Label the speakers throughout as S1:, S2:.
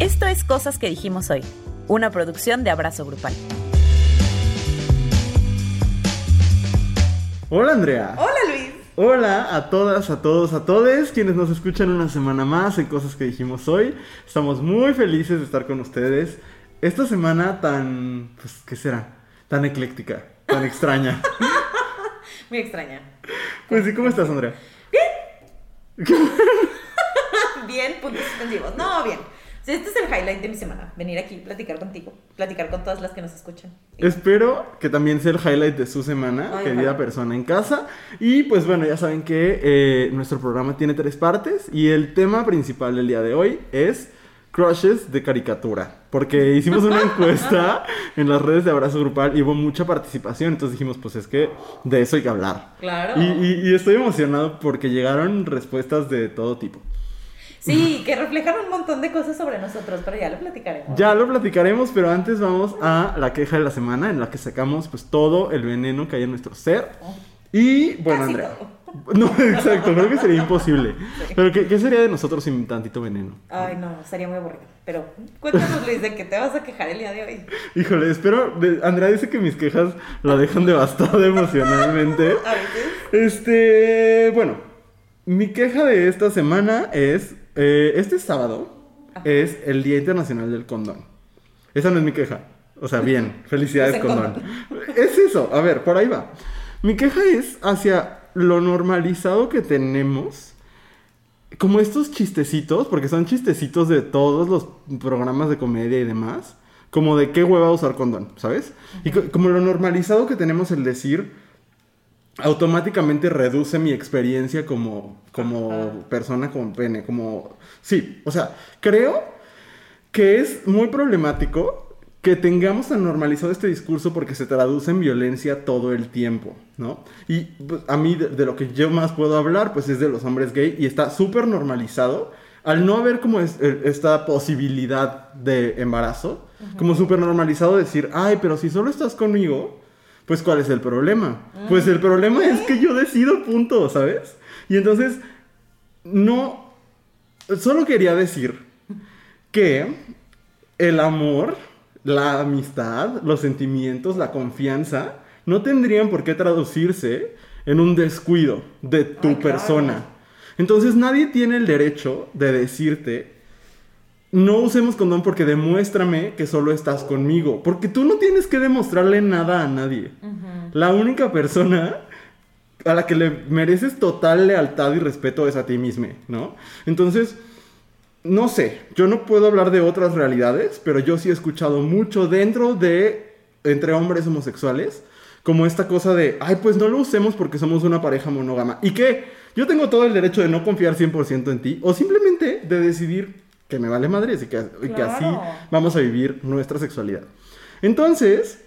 S1: Esto es Cosas que dijimos hoy, una producción de Abrazo Grupal.
S2: Hola Andrea.
S3: Hola Luis.
S2: Hola a todas, a todos, a todes quienes nos escuchan una semana más en Cosas que dijimos hoy. Estamos muy felices de estar con ustedes. Esta semana tan, pues, ¿qué será? Tan ecléctica, tan extraña.
S3: Muy extraña.
S2: Pues sí, ¿cómo estás Andrea?
S3: Bien, puntos suspensivos. No, bien. Sí, Este es el highlight de mi semana. Venir aquí, platicar contigo, platicar con todas las que nos escuchan.
S2: Espero que también sea el highlight de su semana,
S3: Ay,
S2: querida
S3: ojalá.
S2: persona en casa. Y pues bueno, ya saben que eh, nuestro programa tiene tres partes y el tema principal del día de hoy es crushes de caricatura. Porque hicimos una encuesta en las redes de Abrazo Grupal y hubo mucha participación, entonces dijimos, pues es que de eso hay que hablar.
S3: Claro.
S2: Y, y- y estoy emocionado porque llegaron respuestas de todo tipo.
S3: Sí, que reflejan un montón de cosas sobre nosotros, pero ya lo platicaremos.
S2: Ya lo platicaremos, pero antes vamos a la queja de la semana en la que sacamos pues todo el veneno que hay en nuestro ser.
S3: Oh,
S2: Y bueno,
S3: Casi
S2: Andrea. No, exacto, creo que sería imposible. Pero ¿qué, qué sería de nosotros sin tantito veneno?
S3: Ay, no, sería muy aburrido. Pero cuéntanos, Luis, de qué te vas a quejar el día de hoy.
S2: Híjole, espero. de- Andrea dice que mis quejas la dejan devastada emocionalmente.
S3: A veces.
S2: Este, bueno, mi queja de esta semana es, eh, este sábado es el Día Internacional del Condón. Esa no es mi queja. O sea, bien, felicidades
S3: Es el
S2: condón. Es eso, a ver, por ahí va. Mi queja es hacia lo normalizado que tenemos. Como estos chistecitos, porque son chistecitos de todos los programas de comedia y demás, como de qué hueva usar condón, ¿sabes? Y co- como lo normalizado que tenemos el decir, automáticamente reduce mi experiencia como, como persona con pene, como... Sí, o sea, creo que es muy problemático que tengamos tan normalizado este discurso porque se traduce en violencia todo el tiempo, ¿no? Y pues, a mí de, de lo que yo más puedo hablar, pues es de los hombres gay y está súper normalizado. Al no haber como es- eh, esta posibilidad de embarazo, como súper normalizado decir, ay, pero si solo estás conmigo, pues ¿cuál es el problema? Pues el problema es que yo decido, punto, ¿sabes? Y entonces, no, solo quería decir que el amor, la amistad, los sentimientos, la confianza, no tendrían por qué traducirse en un descuido de tu
S3: Ay, claro.
S2: persona. Entonces nadie tiene el derecho de decirte, no usemos condón porque demuéstrame que solo estás
S3: Oh.
S2: conmigo, porque tú no tienes que demostrarle nada a nadie. La única persona a la que le mereces total lealtad y respeto es a ti mismo, ¿no? Entonces, no sé, yo no puedo hablar de otras realidades, pero yo sí he escuchado mucho dentro de, entre hombres homosexuales, como esta cosa de, ay, pues no lo usemos porque somos una pareja monógama. ¿Y qué? Yo tengo todo el derecho de no confiar 100% en ti o simplemente de decidir que me vale madres y que, y que así
S3: Claro.
S2: vamos a vivir nuestra sexualidad. Entonces,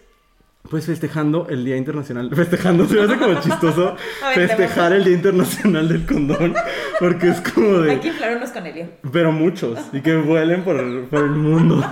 S2: pues festejando el Día Internacional, festejando, se me hace como chistoso
S3: A ver, te
S2: festejar el Día Internacional del Condón, porque es como de...
S3: Hay que inflar unos con helio.
S2: Pero muchos, y que vuelen por, por el mundo.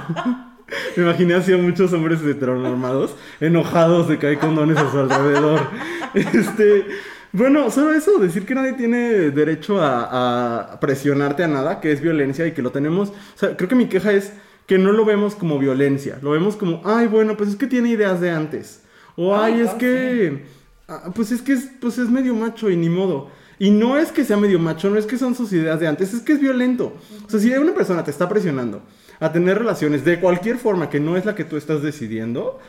S2: Me imaginé así a muchos hombres heteronormados enojados de que hay condones a su alrededor. Este, bueno, solo eso, decir que nadie tiene derecho a, a presionarte a nada, que es violencia y que lo tenemos. O sea, creo que mi queja es que no lo vemos como violencia, lo vemos como, ay, bueno, pues es que tiene ideas de antes. O ay,
S3: Ay,
S2: es
S3: no,
S2: que
S3: sí.
S2: Ah, pues es que es, pues es medio macho y ni modo. Y no es que sea medio macho, no es que son sus ideas de antes, es que es violento. O sea, si una persona te está presionando a tener relaciones de cualquier forma que no es la que tú estás decidiendo,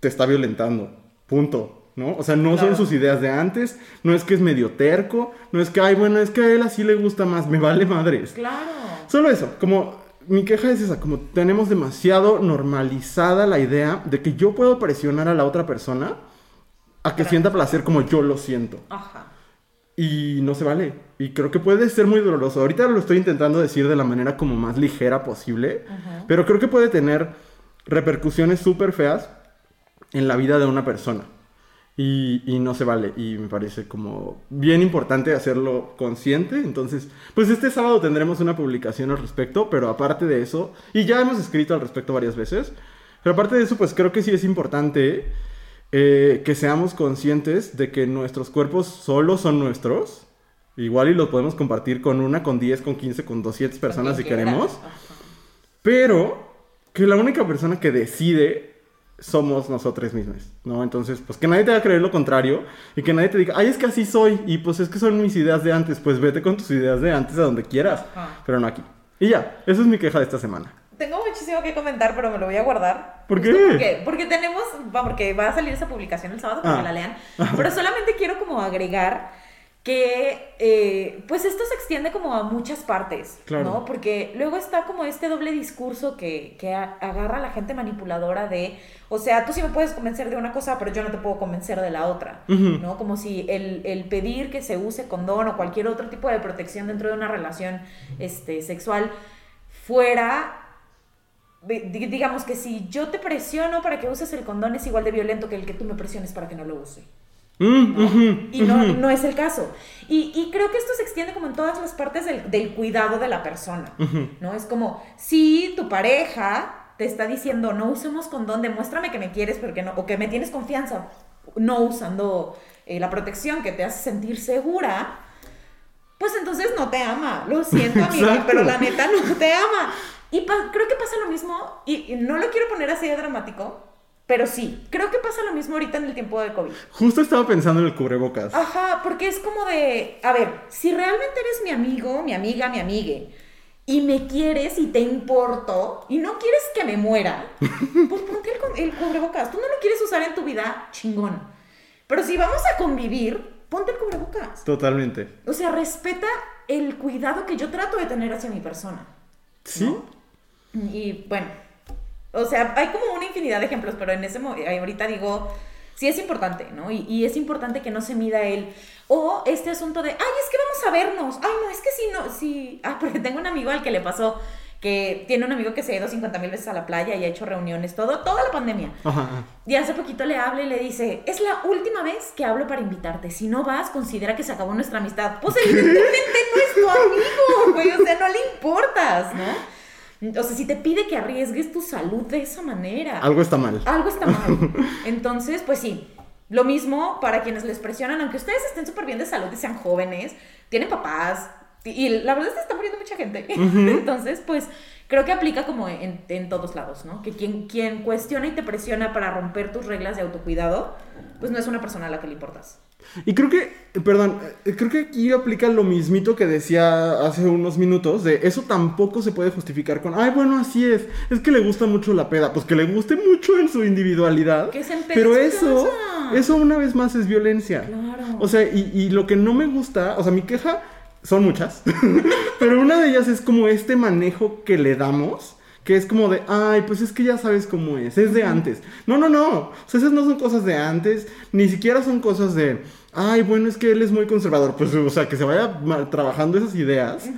S2: te está violentando. Punto. ¿No? O sea, no
S3: Claro.
S2: son sus ideas de antes, no es que es medio terco, no es que, ay, bueno, es que a él así le gusta más, me vale madres.
S3: Claro.
S2: Solo eso, como mi queja es esa, como tenemos demasiado normalizada la idea de que yo puedo presionar a la otra persona a que sienta placer como yo lo siento.
S3: Ajá.
S2: Y no se vale. Y creo que puede ser muy doloroso. Ahorita lo estoy intentando decir de la manera como más ligera posible, pero creo que puede tener repercusiones súper feas en la vida de una persona. Y, y no se vale. Y me parece como bien importante hacerlo consciente. Entonces, pues este sábado tendremos una publicación al respecto, pero aparte de eso, y ya hemos escrito al respecto varias veces, pero aparte de eso, pues creo que sí es importante eh, que seamos conscientes de que nuestros cuerpos solo son nuestros. Igual y los podemos compartir con una, con 10, con 15, con 200 personas si
S3: Con quien
S2: queremos.
S3: quieras. Ajá.
S2: Pero que la única persona que decide somos nosotros mismos, ¿no? Entonces, pues que nadie te va a creer lo contrario y que nadie te diga, ay, es que así soy y pues es que son mis ideas de antes, pues vete con tus ideas de antes a donde quieras,
S3: Ajá.
S2: pero no aquí. Y ya, esa es mi queja de esta semana.
S3: Tengo muchísimo que comentar, pero me lo voy a guardar.
S2: ¿Por
S3: Justo
S2: qué?
S3: Porque, porque tenemos, va, porque va a salir esa publicación el sábado para
S2: Ah.
S3: que la lean. Pero solamente quiero como agregar que, eh, pues esto se extiende como a muchas partes,
S2: Claro.
S3: ¿no? Porque luego está como este doble discurso que, que a- agarra a la gente manipuladora de, o sea, tú sí me puedes convencer de una cosa, pero yo no te puedo convencer de la otra,
S2: Ujú.
S3: ¿no? Como si el, el pedir que se use condón o cualquier otro tipo de protección dentro de una relación este, sexual fuera de- di- digamos que si yo te presiono para que uses el condón es igual de violento que el que tú me presiones para que no lo use.
S2: Mm,
S3: ¿no?
S2: ujú,
S3: Y no,
S2: ujú.
S3: no es el caso. Y, y creo que esto se extiende como en todas las partes del, del cuidado de la persona.
S2: Ujú.
S3: ¿no? Es como, si tu pareja te está diciendo, no usemos condón, demuéstrame que me quieres porque no, o que me tienes confianza, no usando eh, la protección que te hace sentir segura, pues entonces no te ama. Lo siento, amiga,
S2: Exacto.
S3: pero la neta no te ama. Y pa- creo que pasa lo mismo, y, y no lo quiero poner así de dramático, pero sí, creo que pasa lo mismo ahorita en el tiempo de COVID.
S2: Justo estaba pensando en el cubrebocas.
S3: Ajá, porque es como de, a ver, si realmente eres mi amigo, mi amiga, mi amigue, y me quieres y te importo, y no quieres que me muera, pues ponte el, cu- el cubrebocas. Tú no lo quieres usar en tu vida, chingón. Pero si vamos a convivir, ponte el cubrebocas.
S2: Totalmente.
S3: O sea, respeta el cuidado que yo trato de tener hacia mi persona.
S2: ¿Sí?
S3: Y bueno, o sea, hay como una infinidad de ejemplos, pero en ese mo- eh, ahorita digo, sí es importante, ¿no? Y, y es importante que no se mida él. O este asunto de, ay, es que vamos a vernos. Ay, no, es que si no, si... Ah, porque tengo un amigo al que le pasó que tiene un amigo que se ha ido 50 mil veces a la playa y ha hecho reuniones, todo, toda la pandemia.
S2: Ajá, ajá.
S3: Y hace poquito le habla y le dice, es la última vez que hablo para invitarte. Si no vas, considera que se acabó nuestra amistad. Pues evidentemente no es tu amigo, güey. O sea, no le importas, ¿no? O sea, si te pide que arriesgues tu salud de esa manera, algo,
S2: Algo está mal.
S3: está mal. Entonces, pues sí. Lo mismo para quienes les presionan, aunque ustedes estén súper bien de salud y sean jóvenes, tienen papás, y la verdad es que está muriendo mucha gente. Entonces, pues creo que aplica como en, en todos lados, ¿no? Que quien, quien cuestiona y te presiona para romper tus reglas de autocuidado, pues no es una persona a la que le importas.
S2: Y creo que, eh, perdón, eh, creo que aquí aplica lo mismito que decía hace unos minutos, de eso tampoco se puede justificar con, ay, bueno, así es, es que le gusta mucho la peda, pues que le guste mucho en su individualidad.
S3: Que se empede
S2: pero
S3: en su
S2: eso,
S3: casa.
S2: eso una vez más es violencia.
S3: Claro.
S2: O sea, y, y lo que no me gusta, o sea, mi queja son muchas, pero una de ellas es como este manejo que le damos. Que es como de, ay, pues es que ya sabes cómo es, es de antes. No, no, no. O sea, esas no son cosas de antes, ni siquiera son cosas de, ay, bueno, es que él es muy conservador. Pues, o sea, que se vaya ma- trabajando esas ideas.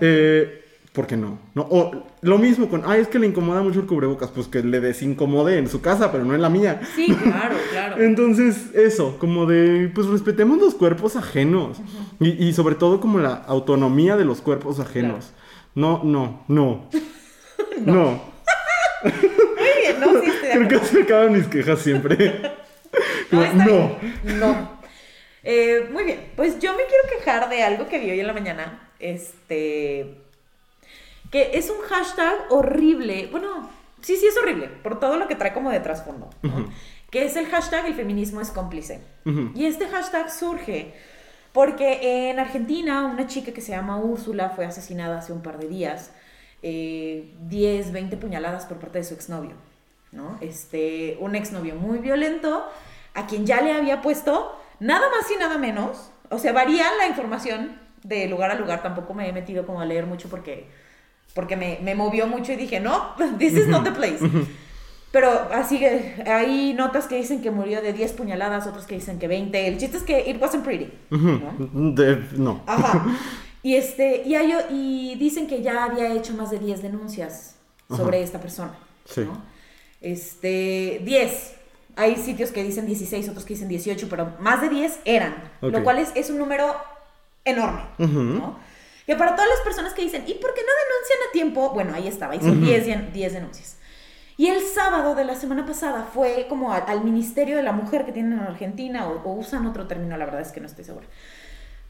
S2: Eh, ¿Por qué no? no? O lo mismo con, ay, es que le incomoda mucho el cubrebocas. Pues que le desincomode en su casa, pero no en la mía.
S3: Sí, claro, claro.
S2: Entonces, eso, como de, pues respetemos los cuerpos ajenos. y, y sobre todo como la autonomía de los cuerpos ajenos. No, no, no. no.
S3: Muy bien, ¿no? Sí, estoy de
S2: Creo que
S3: acuerdo.
S2: así acaban mis quejas siempre.
S3: No,
S2: Como,
S3: está
S2: no.
S3: bien. No. Eh, muy bien, pues yo me quiero quejar de algo que vi hoy en la mañana. Este. Que es un hashtag horrible. Bueno, sí, sí es horrible, por todo lo que trae como de trasfondo. ¿no?
S2: Ujú.
S3: Que es el hashtag el feminismo es cómplice.
S2: Ujú.
S3: Y este hashtag surge porque en Argentina una chica que se llama Úrsula fue asesinada hace un par de días. eh, 10, 20 puñaladas por parte de su exnovio. ¿no? Este, un exnovio muy violento a quien ya le había puesto nada más y nada menos. O sea, varía la información de lugar a lugar. Tampoco me he metido como a leer mucho porque, porque me, me movió mucho y dije, no, this is not the place. Pero así que hay notas que dicen que murió de 10 puñaladas, otros que dicen que 20. El chiste es que it wasn't pretty. ¿no? Ah.
S2: Ujú. De- no.
S3: Ajá. Y, este, y, hay o- y dicen que ya había hecho más de 10 denuncias sobre
S2: Ajá.
S3: esta persona.
S2: Sí.
S3: ¿no? Este, 10. Hay sitios que dicen 16, otros que dicen 18, pero más de 10 eran.
S2: Ok.
S3: Lo cual es, es un número enorme.
S2: Ujú.
S3: ¿no? Que para todas las personas que dicen, ¿y por qué no denuncian a tiempo? Bueno, ahí estaba, hizo 10 den- 10 denuncias. Y el sábado de la semana pasada fue como a- al Ministerio de la Mujer que tienen en Argentina, o, o usan otro término, la verdad es que no estoy segura.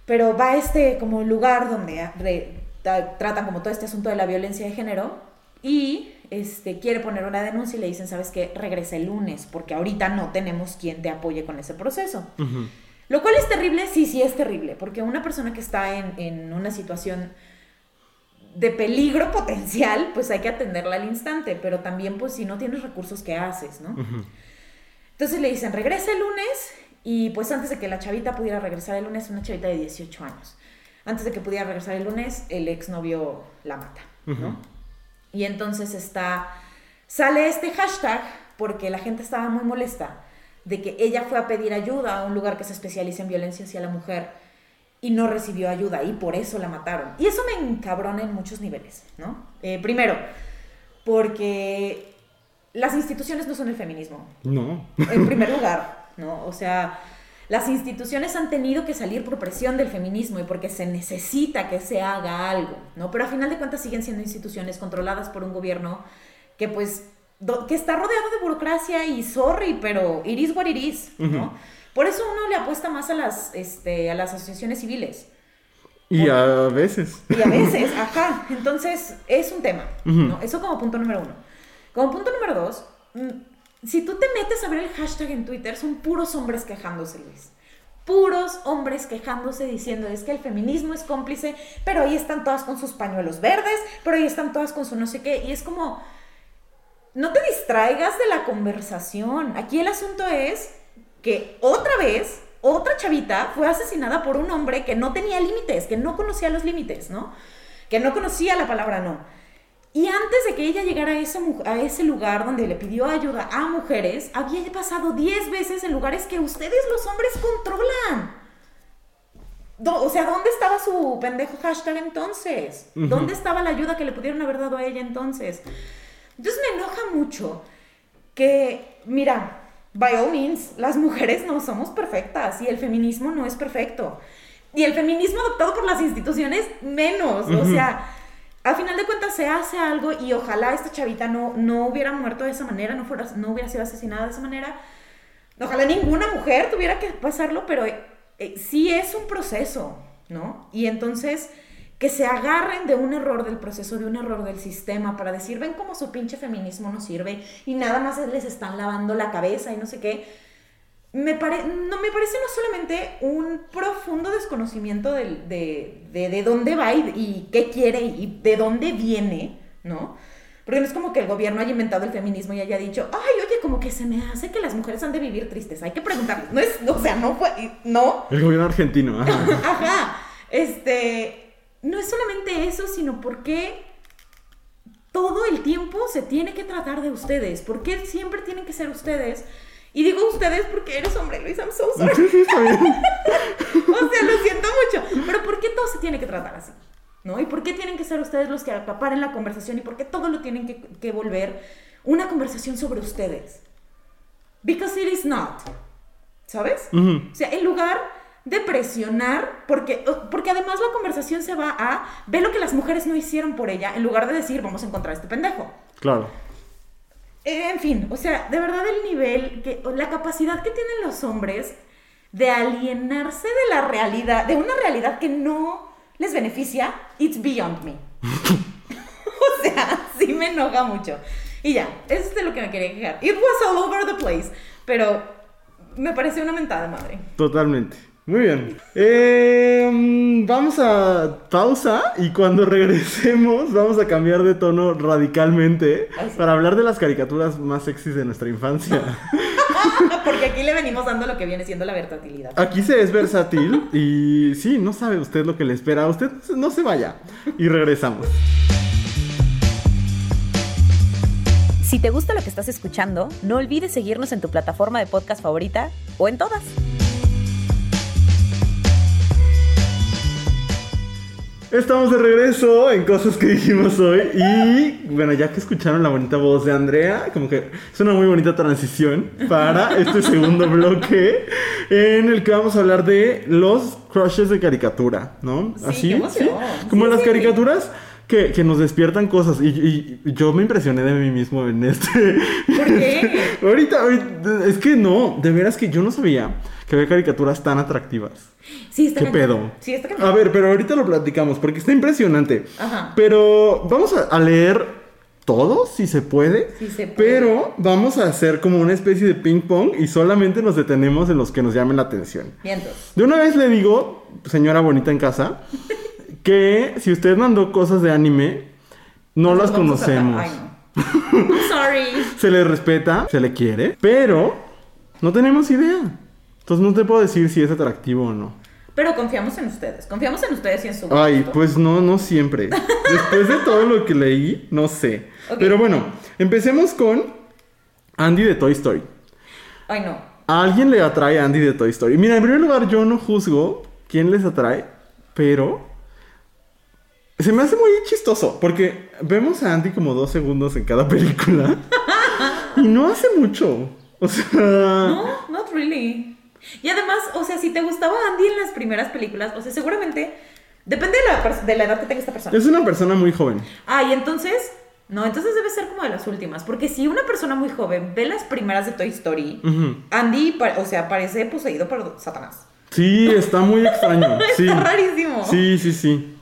S3: Pero va a este como lugar donde ah, re- ta- tratan como todo este asunto de la violencia de género. Y este, quiere poner una denuncia y le dicen, ¿sabes qué? Regresa el lunes, porque ahorita no tenemos quien te apoye con ese proceso.
S2: Ujú.
S3: Lo cual es terrible, sí, sí es terrible, porque una persona que está en, en una situación de peligro potencial, pues hay que atenderla al instante, pero también pues si no tienes recursos, ¿qué haces? ¿no?
S2: Ujú.
S3: Entonces le dicen, regresa el lunes y pues antes de que la chavita pudiera regresar el lunes, una chavita de 18 años, antes de que pudiera regresar el lunes, el exnovio la mata, ¿no?
S2: Ujú.
S3: Y entonces está, sale este hashtag porque la gente estaba muy molesta de que ella fue a pedir ayuda a un lugar que se especializa en violencia hacia la mujer y no recibió ayuda y por eso la mataron. Y eso me encabrona en muchos niveles, ¿no? Eh, primero, porque las instituciones no son el feminismo,
S2: No.
S3: en primer lugar, ¿no? O sea, las instituciones han tenido que salir por presión del feminismo y porque se necesita que se haga algo, ¿no? Pero a final de cuentas siguen siendo instituciones controladas por un gobierno que pues do- que está rodeado de burocracia y sorry, pero iris what it is, ¿no?
S2: Ujú.
S3: Por eso uno le apuesta más a las este, a las asociaciones civiles.
S2: Y a veces.
S3: Y a veces, ajá. Entonces, es un tema. ¿no? Eso como punto número uno. Como punto número dos, mm, si tú te metes a ver el hashtag en Twitter, son puros hombres quejándose, Luis. Puros hombres quejándose diciendo es que el feminismo es cómplice, pero ahí están todas con sus pañuelos verdes, pero ahí están todas con su no sé qué. Y es como, no te distraigas de la conversación. Aquí el asunto es que otra vez, otra chavita fue asesinada por un hombre que no tenía límites, que no conocía los límites, ¿no? Que no conocía la palabra no. Y antes de que ella llegara a ese, mu- a ese lugar donde le pidió ayuda a mujeres, había pasado 10 veces en lugares que ustedes los hombres controlan. Do- o sea, ¿dónde estaba su pendejo hashtag entonces?
S2: Ujú.
S3: ¿Dónde estaba la ayuda que le pudieron haber dado a ella entonces? Entonces me enoja mucho que, mira, by all means, las mujeres no somos perfectas y el feminismo no es perfecto. Y el feminismo adoptado por las instituciones, menos. O
S2: Ujú.
S3: sea, a final de cuentas se hace algo y ojalá esta chavita no, no hubiera muerto de esa manera, no, fuera, no hubiera sido asesinada de esa manera. Ojalá ninguna mujer tuviera que pasarlo, pero eh, eh, sí es un proceso, ¿no? Y entonces que se agarren de un error del proceso, de un error del sistema, para decir, ven cómo su pinche feminismo no sirve y nada más les están lavando la cabeza y no sé qué me pare- no me parece no solamente un profundo desconocimiento del- de, de- de dónde va y, y qué quiere y de dónde viene, ¿no? Porque no es como que el gobierno haya inventado el feminismo y haya dicho, ay, oye, como que se me hace que las mujeres han de vivir tristes, hay que preguntarles. No es, o sea, no fue, no,
S2: El gobierno argentino. ajá.
S3: Ajá. Este, no es solamente eso, sino por qué todo el tiempo se tiene que tratar de ustedes, por qué siempre tienen que ser ustedes. Y digo ustedes porque eres hombre, Luis, I'm so sorry.
S2: Sí, sí, está bien.
S3: O sea, lo siento mucho, pero ¿por qué todo se tiene que tratar así? ¿No? ¿Y por qué tienen que ser ustedes los que acaparen la conversación y por qué todo lo tienen que, que volver una conversación sobre ustedes? Because it is not. ¿Sabes?
S2: Ujú.
S3: O sea, en lugar de presionar, porque, porque además la conversación se va a ve lo que las mujeres no hicieron por ella, en lugar de decir, vamos a encontrar a este pendejo.
S2: Claro.
S3: Eh, En fin, o sea, de verdad el nivel, que, o la capacidad que tienen los hombres de alienarse de la realidad, de una realidad que no les beneficia, it's beyond me. o sea, sí me enoja mucho. Y ya, eso es de lo que me quería quejar. It was all over the place, pero me pareció una mentada de madre.
S2: Totalmente. Muy bien. Eh, mm, vamos a pausa y cuando regresemos vamos a cambiar de tono radicalmente
S3: Ay, sí.
S2: para hablar de las caricaturas más sexys de nuestra infancia.
S3: Porque aquí le venimos dando lo que viene siendo la versatilidad.
S2: Aquí se es versátil y sí, no sabe usted lo que le espera. Usted no se vaya. Y regresamos.
S1: Si te gusta lo que estás escuchando, no olvides seguirnos en tu plataforma de podcast favorita o en todas.
S2: Estamos de regreso en cosas que dijimos hoy y bueno, ya que escucharon la bonita voz de Andrea, como que es una muy bonita transición para este segundo bloque en el que vamos a hablar de los crushes de caricatura, ¿no?
S3: Sí, qué emoción.
S2: Como
S3: Sí,
S2: las
S3: sí.
S2: caricaturas que, que nos despiertan cosas y, y- y yo me impresioné de mí mismo en este...
S3: ¿Por qué?
S2: ahorita, ahorita- es que no, de veras que yo no sabía que había caricaturas tan atractivas.
S3: Sí, está
S2: ¿Qué
S3: cañón.
S2: pedo?
S3: Este
S2: Ah.
S3: Sí, está
S2: A
S3: cañón.
S2: ver, pero ahorita lo platicamos porque está impresionante.
S3: Ajá.
S2: Pero vamos a, a leer todos, si se puede.
S3: Si se puede.
S2: Pero vamos a hacer como una especie de ping pong y solamente nos detenemos en los que nos llamen la atención.
S3: Vientos.
S2: De una vez le digo, señora bonita en casa, que si usted mandó cosas de anime, no las
S3: Vamos a-
S2: conocemos.
S3: Ay, no. Sorry.
S2: Se le respeta, se le quiere, pero no tenemos idea. Entonces no te puedo decir si es atractivo o no.
S3: Pero confiamos en ustedes. Confiamos en ustedes y en su
S2: Ay,
S3: gusto.
S2: pues no, no siempre. Después de todo lo que leí, no sé.
S3: Ok.
S2: Pero bueno, empecemos con Andy de Toy Story.
S3: Ay, no.
S2: A alguien le atrae a Andy de Toy Story. Mira, en primer lugar, yo no juzgo quién les atrae, pero se me hace muy chistoso porque vemos a Andy como dos segundos en cada película y no hace mucho. O sea,
S3: No, not really. Y además, o sea, si te gustaba Andy en las primeras películas, o sea, seguramente depende de la, pers- de la edad que tenga esta persona.
S2: es una persona muy joven.
S3: Ah, y entonces, no, entonces debe ser como de las últimas, porque si una persona muy joven ve las primeras de Toy Story,
S2: Ujú.
S3: Andy, pa- o sea, parece poseído por Satanás.
S2: Sí, está muy extraño. Sí.
S3: Está rarísimo.
S2: Sí, sí, sí.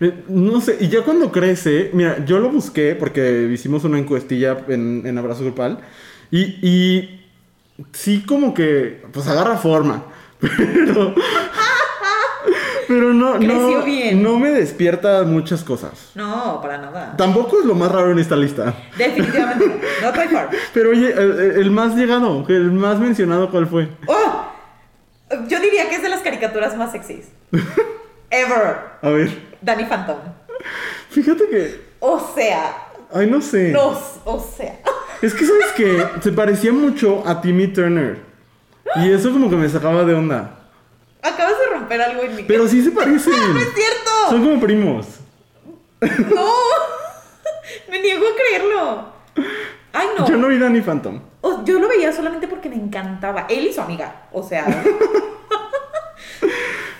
S2: Eh, No sé, y ya cuando crece, mira, yo lo busqué porque hicimos una encuestilla en, en Abrazo Grupal y, y sí como que, pues agarra forma, pero... Pero no, no,
S3: Creció bien.
S2: no me despierta muchas cosas.
S3: No, para nada.
S2: Tampoco es lo más raro en esta lista.
S3: Definitivamente no. No, by far.
S2: Pero oye, el, el más llegado, el más mencionado, ¿cuál fue?
S3: ¡Oh! Yo diría que es de las caricaturas más sexys. Ever.
S2: A ver,
S3: Danny Phantom.
S2: fíjate que...
S3: O sea,
S2: Ay, no sé.
S3: los, o sea.
S2: Es que sabes que se parecía mucho a Timmy Turner. Y eso como que me sacaba de onda.
S3: Acabas de romper algo en mi ¡Ah,
S2: Pero sí se parecen.
S3: ¡No es cierto!
S2: Son como primos.
S3: ¡No! Me niego a creerlo. Ay, no.
S2: Yo no vi Danny Phantom.
S3: O- yo lo veía solamente porque me encantaba. Él y su amiga. O sea,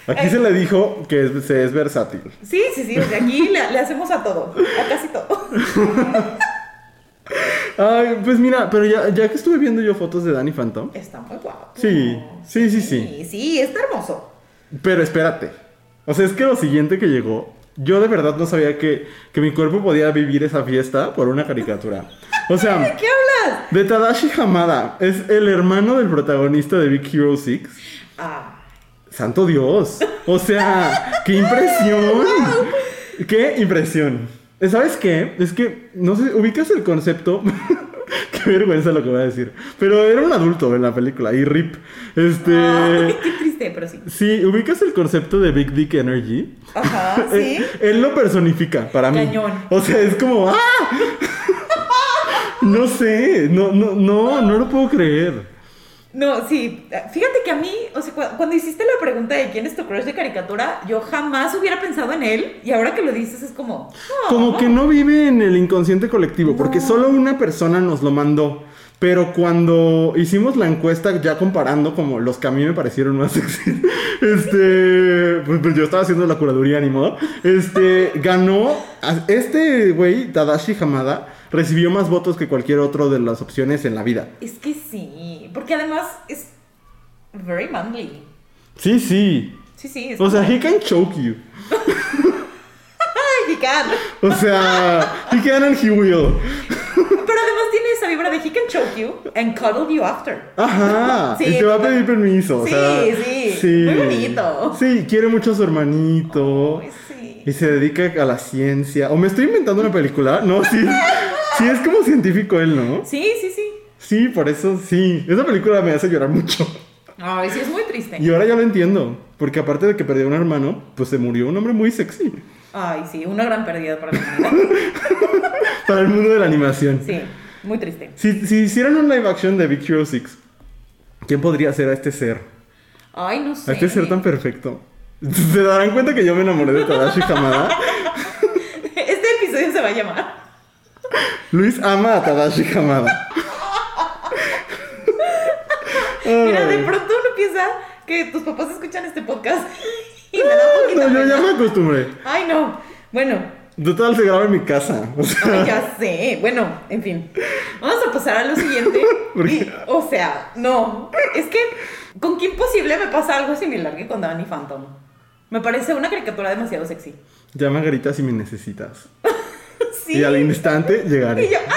S2: Aquí
S3: Ay.
S2: se le dijo que es, se es versátil.
S3: sí, sí, sí. o sea, aquí le, le hacemos a todo. A casi todo.
S2: Ay, pues mira, pero ya, ya que estuve viendo yo fotos de Danny Phantom.
S3: Está muy guapo.
S2: Sí, sí, sí, sí.
S3: Sí, sí, está hermoso.
S2: Pero espérate. O sea, es que lo siguiente que llegó, yo de verdad no sabía que, que mi cuerpo podía vivir esa fiesta por una caricatura. O sea,
S3: ¿De qué hablas?
S2: de Tadashi Hamada, es el hermano del protagonista de Big Hero 6.
S3: Ah,
S2: Santo Dios. O sea, qué impresión. Qué impresión. Eh, ¿Sabes qué? Es que, no sé, ubicas el concepto. qué vergüenza lo que voy a decir. Pero era un adulto en la película y rip.
S3: Ay,
S2: Este.
S3: qué triste, pero sí.
S2: Sí, ubicas el concepto de Big Dick Energy.
S3: Ajá, sí.
S2: Él, él lo personifica para mí.
S3: Cañón.
S2: O sea, es como. ¡Ah! No sé, no, no, no, no lo puedo creer.
S3: No, sí. Fíjate que a mí, o sea, cu- cuando hiciste la pregunta de quién es tu crush de caricatura, yo jamás hubiera pensado en él. Y ahora que lo dices es como. oh,
S2: Como que no vive en el inconsciente colectivo, porque solo una persona nos lo mandó. Pero cuando hicimos la encuesta, ya comparando como los que a mí me parecieron más sexy, este, pues, pues, yo estaba haciendo la curaduría, ni modo, este, ganó, a- este güey, Tadashi Hamada, recibió más votos que cualquier otro de las opciones en la vida.
S3: Es que sí. Porque además es. Very manly.
S2: Sí, sí.
S3: Sí, sí. Es
S2: O sea,
S3: como-
S2: he can choke you.
S3: Ay, he can.
S2: O sea, he can and he will.
S3: Pero además tiene esa vibra de he can choke you and cuddle you after.
S2: Ajá,
S3: Sí,
S2: y te va a pedir permiso. o
S3: Sí,
S2: sea,
S3: sí, muy bonito.
S2: Sí, quiere mucho a su hermanito.
S3: Ay, sí.
S2: Y se dedica a la ciencia. ¿O me estoy inventando una película? No, sí. Sí, es como científico él, ¿no?
S3: Sí, sí, sí.
S2: Sí, por eso sí. Esa película me hace llorar mucho.
S3: Ay, sí, es muy triste.
S2: Y ahora ya lo entiendo. Porque aparte de que perdió un hermano, pues se murió un hombre muy sexy.
S3: Ay, sí, una gran pérdida para la humanidad.
S2: Para el mundo de la animación.
S3: Sí, muy triste.
S2: Si, si hicieran un live action de Big Hero 6, ¿quién podría ser a este ser?
S3: Ay, no sé.
S2: A este ser tan perfecto. ¿Se darán cuenta que yo me enamoré de Tadashi Hamada?
S3: Este episodio se va a llamar.
S2: Luis ama a Tadashi Hamada.
S3: Mira, de
S2: Ay.
S3: pronto uno piensa que tus papás escuchan este podcast y me da poquita
S2: No, yo
S3: pena.
S2: ya me acostumbré.
S3: Ay, no. Bueno,
S2: Total, se graba en mi casa. O sea,
S3: ay, ya sé. Bueno, en fin. Vamos a pasar a lo siguiente.
S2: ¿Por qué?
S3: Y, o sea, no. Es que con Kim Posible me pasa algo similar que con Danny Phantom. Me parece una caricatura demasiado sexy.
S2: llama gritas si me necesitas.
S3: Sí, sí.
S2: Y al instante llegaré.
S3: Y yo, ¡ah!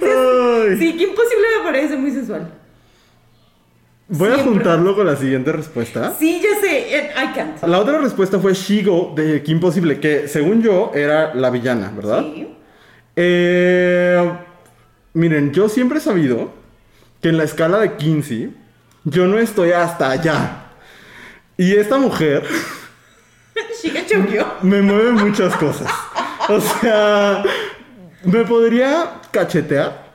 S2: Ay.
S3: Sí, que imposible me parece muy sensual.
S2: Voy a
S3: siempre.
S2: juntarlo con la siguiente respuesta.
S3: Sí, ya sé, eh, I can't.
S2: La otra respuesta fue Shigo de Kim Possible, que según yo era la villana, ¿verdad?
S3: Sí.
S2: Eh, miren, yo siempre he sabido que en la escala de 15, yo no estoy hasta allá. Y esta mujer
S3: Chica choqueó.
S2: me mueve muchas cosas. O sea, me podría cachetear,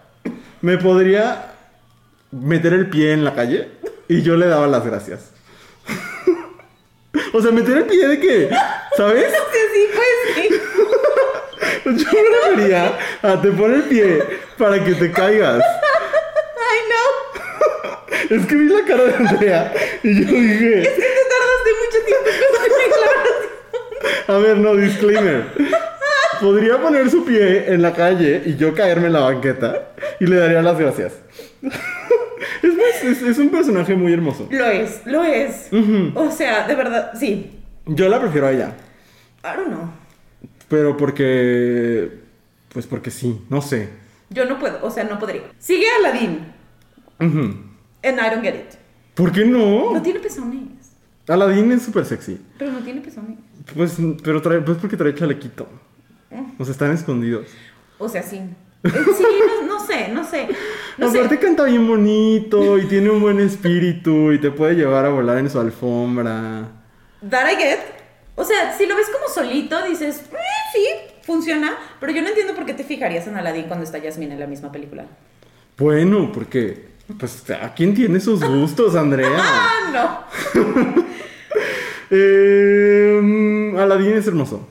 S2: me podría meter el pie en la calle y yo le daba las gracias. O sea, meter el pie de que, ¿sabes?
S3: Sí, sí, pues sí.
S2: Yo me refería a te pone el pie para que te caigas.
S3: Ay, no.
S2: Es que vi la cara de Andrea y yo
S3: Es
S2: dije,
S3: que te tardaste mucho tiempo en conseguir la
S2: a ver, no, disclaimer. Podría poner su pie en la calle y yo caerme en la banqueta y le daría las gracias. Es, muy- es- es un personaje muy hermoso.
S3: Lo es, lo es.
S2: Ujú.
S3: O sea, de verdad, sí.
S2: Yo la prefiero a ella,
S3: I don't know.
S2: pero porque... Pues porque sí, no sé.
S3: Yo no puedo, o sea, no podría. Sigue Aladdin
S2: Ujú.
S3: en I don't get it.
S2: ¿Por qué
S3: No
S2: no?
S3: tiene pezones.
S2: Aladdin es súper sexy.
S3: Pero no tiene pezones.
S2: Pues, pero trae, pues porque trae chalequito. O sea, están escondidos.
S3: Mm. O sea, sí. Eh, Sí, no, no sé, no sé. No
S2: Aparte
S3: sé.
S2: canta bien bonito y tiene un buen espíritu y te puede llevar a volar en su alfombra.
S3: That I get. O sea, si lo ves como solito, dices, "Eh, sí, funciona. Pero yo no entiendo por qué te fijarías en Aladdin cuando está Jasmine en la misma película.
S2: Bueno, porque pues a quién tiene sus gustos, Andrea.
S3: Ah, no.
S2: Eh, Aladdin es hermoso.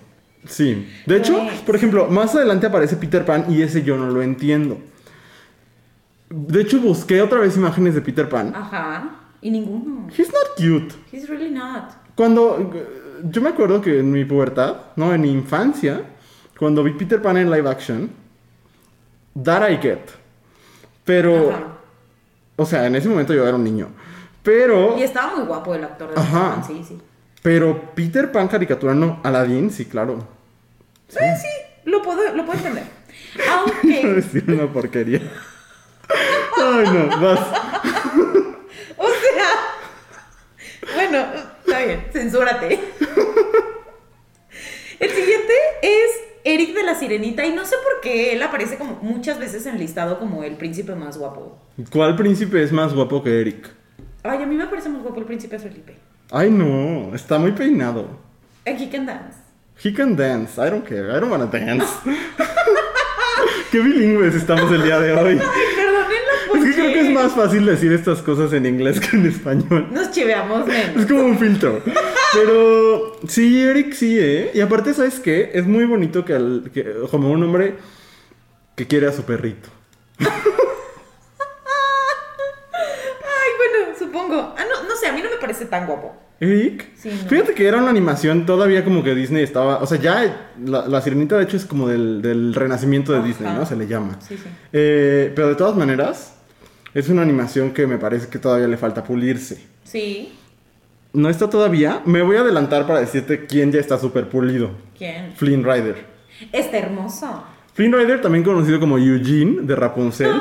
S2: Sí. De hecho,
S3: Pues.
S2: por ejemplo, más adelante aparece Peter Pan y ese yo no lo entiendo. De hecho, busqué otra vez imágenes de Peter
S3: Ah.
S2: Pan.
S3: Ajá. Y ninguno.
S2: He's not cute.
S3: He's really not.
S2: Cuando eh, yo me acuerdo que en mi pubertad, no, en mi infancia, cuando vi Peter Pan en live action, that I get. Pero,
S3: Ajá.
S2: o sea, en ese momento yo era un niño. Pero,
S3: Y estaba muy guapo el actor de
S2: Ajá.
S3: Batman, sí, sí.
S2: pero Peter Pan caricatura no, Aladdin sí, claro.
S3: Eh, sí, lo puedo, lo puedo entender. Aunque,
S2: Es una porquería. Ay no, vas.
S3: o sea, bueno, está bien, censúrate. El siguiente es Eric de la Sirenita y no sé por qué él aparece como muchas veces enlistado como el príncipe más guapo.
S2: ¿Cuál príncipe es más guapo que Eric?
S3: Ay, a mí me parece más guapo el príncipe Felipe.
S2: Ay no, está muy peinado.
S3: Aquí can dance.
S2: He can dance. I don't care. I don't wanna dance. Qué bilingües estamos el día de hoy.
S3: Ay, perdónenlo
S2: Es
S3: porque
S2: que creo que es más fácil decir estas cosas en inglés que en español.
S3: nos chiveamos menos.
S2: Es como un filtro. Pero sí, Eric, sí, ¿eh? Y aparte, ¿sabes qué? Es muy bonito que, al- que- como un hombre que quiere a su perrito.
S3: Ay, bueno, supongo. Ah, no, no sé, a mí no me parece tan guapo.
S2: Eric,
S3: Sí, no.
S2: fíjate que era una animación todavía como que Disney estaba, o sea, ya la, la sirenita de hecho es como del, del renacimiento de Disney,
S3: Ajá.
S2: ¿no? Se le llama.
S3: Sí, sí.
S2: Eh, pero de todas maneras, es una animación que me parece que todavía le falta pulirse.
S3: Sí.
S2: No está todavía, me voy a adelantar para decirte quién ya está súper pulido.
S3: ¿Quién?
S2: Flynn Rider.
S3: Está hermoso.
S2: Flynn Rider, también conocido como Eugene de Rapunzel,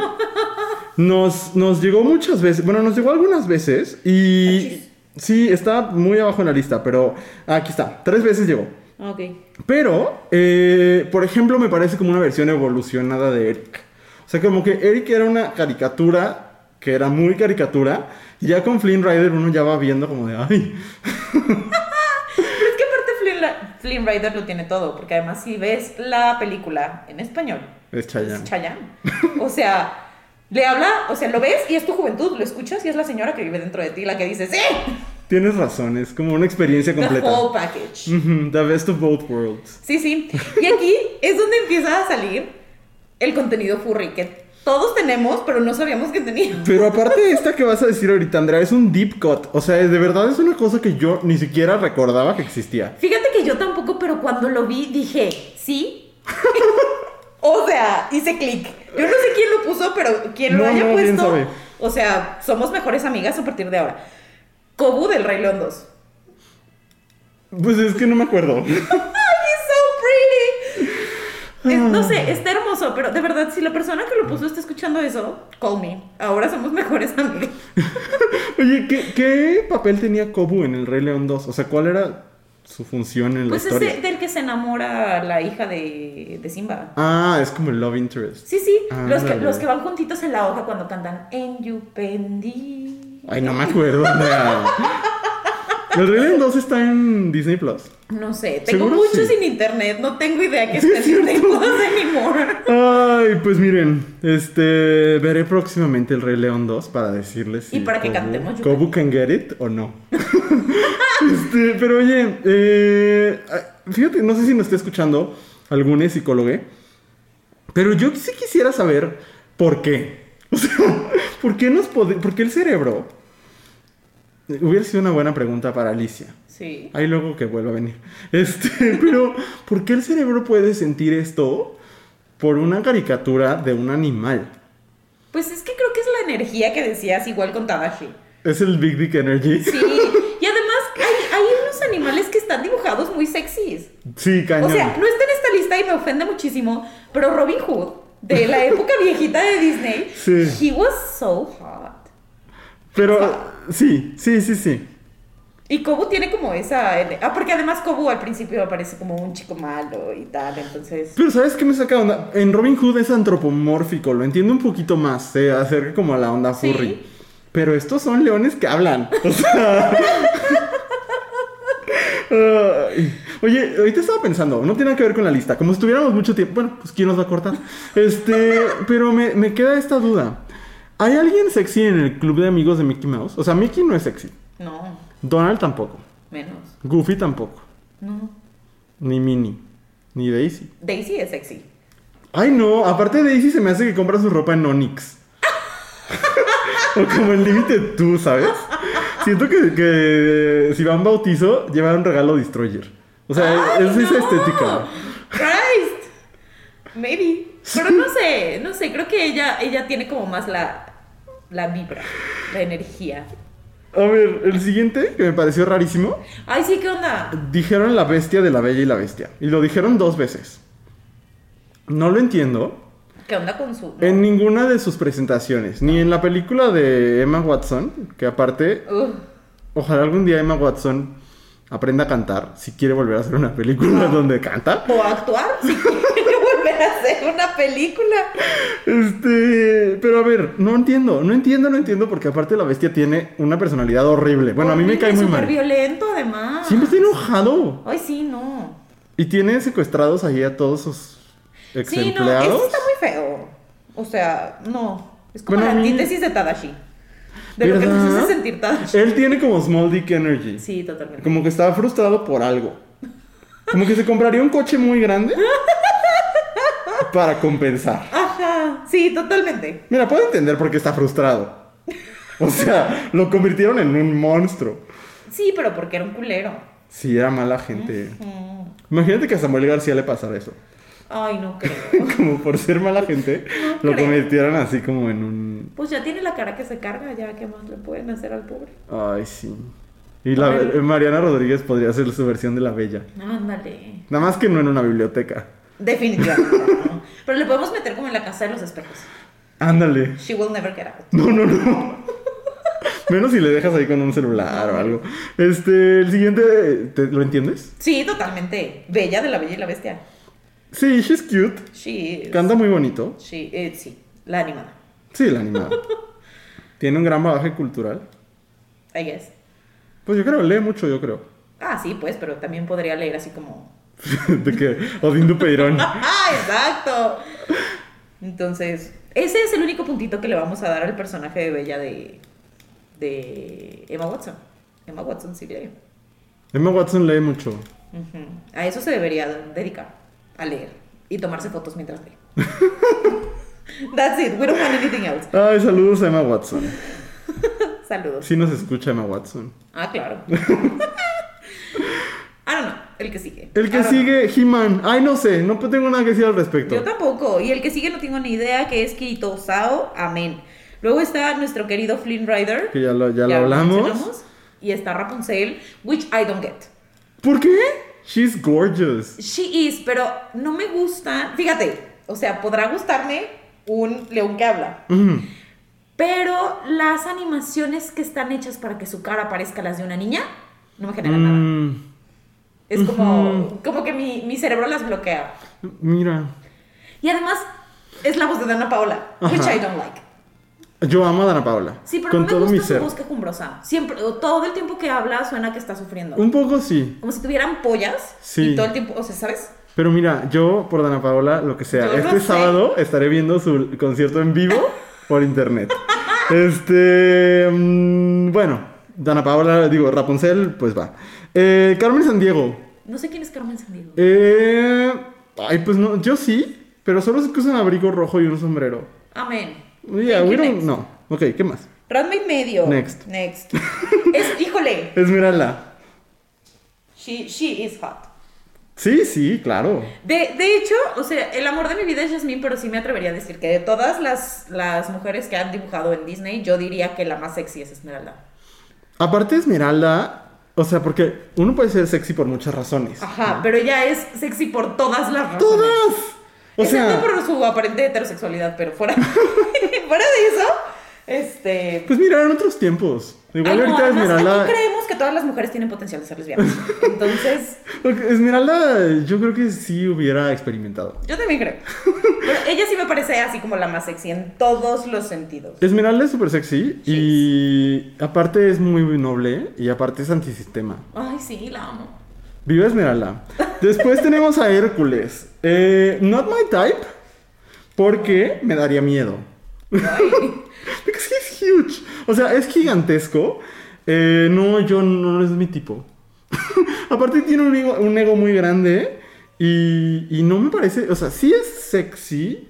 S2: nos, nos llegó muchas veces, bueno, nos llegó algunas veces y...
S3: Achis.
S2: Sí, está muy abajo en la lista, pero aquí está, tres veces llegó.
S3: Ok.
S2: Pero, eh, por ejemplo, me parece como una versión evolucionada de Eric. O sea, como que Eric era una caricatura que era muy caricatura. Y ya con Flynn Rider uno ya va viendo como de, ay,
S3: Pero es que aparte Flynn, la- Flynn Rider lo tiene todo, porque además si ves la película en español,
S2: es
S3: es
S2: Chayanne.
S3: Chayanne. O sea, le habla, o sea, lo ves y es tu juventud, lo escuchas y es la señora que vive dentro de ti la que dice, ¡Sí!
S2: Tienes razón, es como una experiencia completa.
S3: The whole package.
S2: Ujú, The best of both worlds.
S3: Sí, sí. Y aquí es donde empieza a salir el contenido furry que todos tenemos, pero no sabíamos que teníamos.
S2: Pero aparte esta que vas a decir ahorita, Andrea, es un deep cut. O sea, de verdad es una cosa que yo ni siquiera recordaba que existía.
S3: Fíjate que yo tampoco, pero cuando lo vi dije, sí. o sea, hice clic. Yo no sé quién lo puso, pero quien lo
S2: No,
S3: haya
S2: no, quién
S3: puesto.
S2: sabe.
S3: O sea, somos mejores amigas a partir de ahora. Kobu del Rey León 2.
S2: Pues es que no me acuerdo.
S3: ¡Ay, es Es- no
S2: Ah.
S3: sé, está hermoso, pero de verdad, si la persona que lo puso está escuchando eso, call me. Ahora somos mejores amigos.
S2: Oye, ¿qué, qué papel tenía Kobu en el Rey León 2? O sea, ¿cuál era su función en la
S3: Pues es
S2: historia?
S3: de- del que se enamora la hija de, de Simba.
S2: Ah, es como el Love Interest.
S3: Sí, sí,
S2: Ah,
S3: los, que,
S2: dale.
S3: los que van juntitos en la hoja cuando cantan En Yupendi.
S2: Ay, no me acuerdo. o sea. el Rey León 2 está en Disney Plus.
S3: No sé, tengo
S2: Seguro
S3: mucho
S2: sí.
S3: sin internet, no tengo idea que
S2: Sí,
S3: esté
S2: es
S3: en Disney
S2: cierto.
S3: Plus anymore.
S2: Ay, pues miren, este veré próximamente el Rey León 2 para decirles si
S3: Y para que
S2: Kobu-
S3: cantemos, yo
S2: Kobu can get it o no. Este, pero oye, eh, ah, fíjate, no sé si nos está escuchando algún psicólogo, pero yo sí quisiera saber por qué. O sea, ¿por qué nos pod- por qué el cerebro? Hubiera sido una buena pregunta para Alicia.
S3: Sí.
S2: Ahí luego que vuelva a venir. Este, pero ¿por qué el cerebro puede sentir esto por una caricatura de un animal?
S3: Pues es que creo que es la energía que decías igual con Tadashi.
S2: Es el Big Dick Energy.
S3: Sí, y además hay, hay unos animales que están dibujados muy sexys.
S2: Sí, cañón.
S3: O sea, no está en esta lista y me ofende muchísimo, pero Robin Hood, de la época viejita de Disney,
S2: Sí.
S3: he was so hot.
S2: pero sí, sí, sí, sí.
S3: Y Kobu tiene como esa... Ah, porque además Kobu al principio aparece como un chico malo y tal, entonces...
S2: Pero ¿sabes qué me saca de onda? En Robin Hood es antropomórfico, lo entiendo un poquito más, se acerca como a la onda
S3: Sí.
S2: furry. Pero estos son leones que hablan. O sea. Ay. Oye, ahorita estaba pensando, no tiene nada que ver con la lista, como si tuviéramos mucho tiempo. Bueno, pues quién nos va a cortar. Este, pero me, me queda esta duda. ¿Hay alguien sexy en el club de amigos de Mickey Mouse? O sea, Mickey no es sexy.
S3: No,
S2: Donald tampoco.
S3: menos.
S2: Goofy tampoco.
S3: No.
S2: Ni Minnie. Ni Daisy.
S3: Daisy es sexy.
S2: Ay, no. Aparte, Daisy se me hace que compra su ropa en Onyx. o como el límite tú, ¿sabes? Siento que, que si va a un bautizo, lleva un regalo Destroyer. O sea,
S3: ¡Ay,
S2: es
S3: no!
S2: esa estética.
S3: Christ. Maybe. Pero no sé, no sé, creo que ella, ella tiene como más la, la vibra, la energía.
S2: A ver, el siguiente que me pareció rarísimo.
S3: Ay, sí, ¿qué onda?
S2: Dijeron la bestia de la bella y la bestia. Y lo dijeron dos veces. No lo entiendo.
S3: ¿Qué onda con su...?
S2: En ninguna de sus presentaciones. Ni en la película de Emma Watson, que aparte
S3: Ugh.
S2: Ojalá algún día Emma Watson aprenda a cantar si quiere volver a hacer una
S3: Ah.
S2: película donde canta.
S3: o actuar si quiere volver a hacer una película.
S2: Este, pero a ver, no entiendo, no entiendo, no entiendo porque aparte la bestia tiene una personalidad horrible. Bueno, a mí me
S3: Horrible,
S2: cae muy
S3: súper
S2: mal.
S3: violento además.
S2: Siempre está enojado
S3: Ay, sí, no.
S2: y tiene secuestrados ahí a todos sus ex
S3: Sí, no,
S2: empleados.
S3: eso está muy feo. O sea, no. Es como
S2: Bueno,
S3: la
S2: a mí-
S3: antítesis de Tadashi. De lo que nos
S2: ¿Verdad?
S3: hace sentir Tadashi.
S2: Él tiene como small dick energy.
S3: Sí, totalmente.
S2: Como que estaba frustrado por algo. Como que se compraría un coche muy grande para compensar.
S3: Ajá. Sí, totalmente.
S2: Mira, puedo entender por qué está frustrado. O sea, lo convirtieron en un monstruo.
S3: Sí, pero porque era un culero.
S2: Si era mala gente.
S3: Mm.
S2: Imagínate que a Samuel García le pasara eso.
S3: Ay, no creo.
S2: Como por ser mala gente,
S3: No
S2: lo
S3: creo.
S2: convirtieron así como en un.
S3: Pues ya tiene la cara que se carga, ya qué más le pueden hacer al pobre.
S2: Ay, sí. Y la,
S3: Ay.
S2: Mariana Rodríguez podría ser su versión de la bella.
S3: Ándale.
S2: Nada más que no en una biblioteca.
S3: Definitivamente. no. Pero le podemos meter como en la casa de los espejos.
S2: Ándale.
S3: She will never get out.
S2: No, no, no. Menos si le dejas ahí con un celular o algo. Este, el siguiente, ¿te- ¿lo entiendes?
S3: Sí, totalmente. Bella de la bella y la bestia.
S2: Sí, she's cute.
S3: She is.
S2: Canta muy bonito.
S3: She is, sí. La animada.
S2: Sí, la animada. Tiene un gran bagaje cultural.
S3: I guess.
S2: Pues yo creo, lee mucho, yo creo.
S3: Ah, sí, pues, pero también podría leer así como.
S2: De que Odindo Peirón.
S3: ¡Ah, exacto! Entonces, ese es el único puntito que le vamos a dar al personaje de Bella de. de Emma Watson. Emma Watson sí lee.
S2: Emma Watson lee mucho.
S3: Ujú. A eso se debería dedicar, a leer y tomarse fotos mientras lee. That's it, we don't want anything else.
S2: Ay, saludos a Emma Watson.
S3: Saludos.
S2: Sí nos escucha Emma Watson.
S3: Ah, claro. I don't know, el que sigue. Ah,
S2: El
S3: I
S2: que
S3: don't
S2: sigue, He-Man. Ay, no sé, no tengo nada que decir al
S3: know.
S2: respecto.
S3: Yo tampoco, y el que sigue no tengo ni idea, que es Kito Sao, amén. Luego está nuestro querido Flynn Rider.
S2: Que ya lo, ya lo hablamos.
S3: mencionamos. Y está Rapunzel, which I don't get.
S2: ¿Por qué? She's gorgeous.
S3: She is, pero no me gusta. Fíjate, o sea, podrá gustarme un león que habla.
S2: Mm.
S3: Pero las animaciones que están hechas para que su cara parezca las de una niña, no me generan nada.
S2: Mm,
S3: Es como, como que mi, mi cerebro las bloquea.
S2: mira.
S3: Y además, es la voz de Dana Paola, which
S2: Ajá.
S3: I don't like.
S2: Yo amo a Dana Paula.
S3: Sí, pero
S2: con
S3: no me
S2: todo mi
S3: gusta su
S2: ser.
S3: voz quejumbrosa. Siempre, o todo el tiempo que habla suena que está sufriendo.
S2: Un poco sí.
S3: Como si tuvieran pollas
S2: Sí.
S3: y todo el tiempo, o sea, ¿sabes?
S2: Pero mira, yo por Dana Paola, lo que sea,
S3: Yo lo
S2: este
S3: sé.
S2: sábado estaré viendo su concierto en vivo por internet. Este. mm, bueno, Dana Paola, digo, Rapunzel, pues va. Eh, Carmen Sandiego.
S3: No sé quién es Carmen Sandiego.
S2: Eh, ay, pues no, yo sí, pero solo sé que usan abrigo rojo y un sombrero.
S3: Amén.
S2: Yeah,
S3: Thank
S2: we
S3: you,
S2: don't-
S3: next.
S2: no. Ok, ¿qué más?
S3: Round y medio.
S2: Next.
S3: Next. es, híjole,
S2: Esmeralda.
S3: she, she is hot.
S2: Sí, sí, claro.
S3: De, de hecho, o sea, el amor de mi vida es Jasmine, pero sí me atrevería a decir que de todas las, las mujeres que han dibujado en Disney, yo diría que la más sexy es Esmeralda.
S2: Aparte, Esmeralda, o sea, porque uno puede ser sexy por muchas razones.
S3: Ajá,
S2: ¿no?
S3: pero ella es sexy por todas las razones.
S2: ¡Todas! O
S3: Excepto
S2: sea,
S3: por su aparente heterosexualidad, pero fuera, fuera de eso, este...
S2: pues mira, en otros tiempos. Igual
S3: ay, no,
S2: ahorita
S3: además,
S2: Esmeralda.
S3: aquí creemos que todas las mujeres tienen potencial de ser lesbianas. Entonces,
S2: Ok, Esmeralda, yo creo que sí hubiera experimentado.
S3: yo también creo. Pero ella sí me parece así como la más sexy en todos los sentidos.
S2: Esmeralda es súper sexy y aparte es muy noble y aparte es antisistema.
S3: Ay, sí, la amo.
S2: Viva Esmeralda. Después tenemos a Hércules. Eh, not my type, porque me daría miedo.
S3: Ay.
S2: Because he's huge. O sea, es gigantesco. Eh, no, yo no es mi tipo. Aparte tiene un ego, un ego muy grande y, y no me parece, o sea, sí es sexy,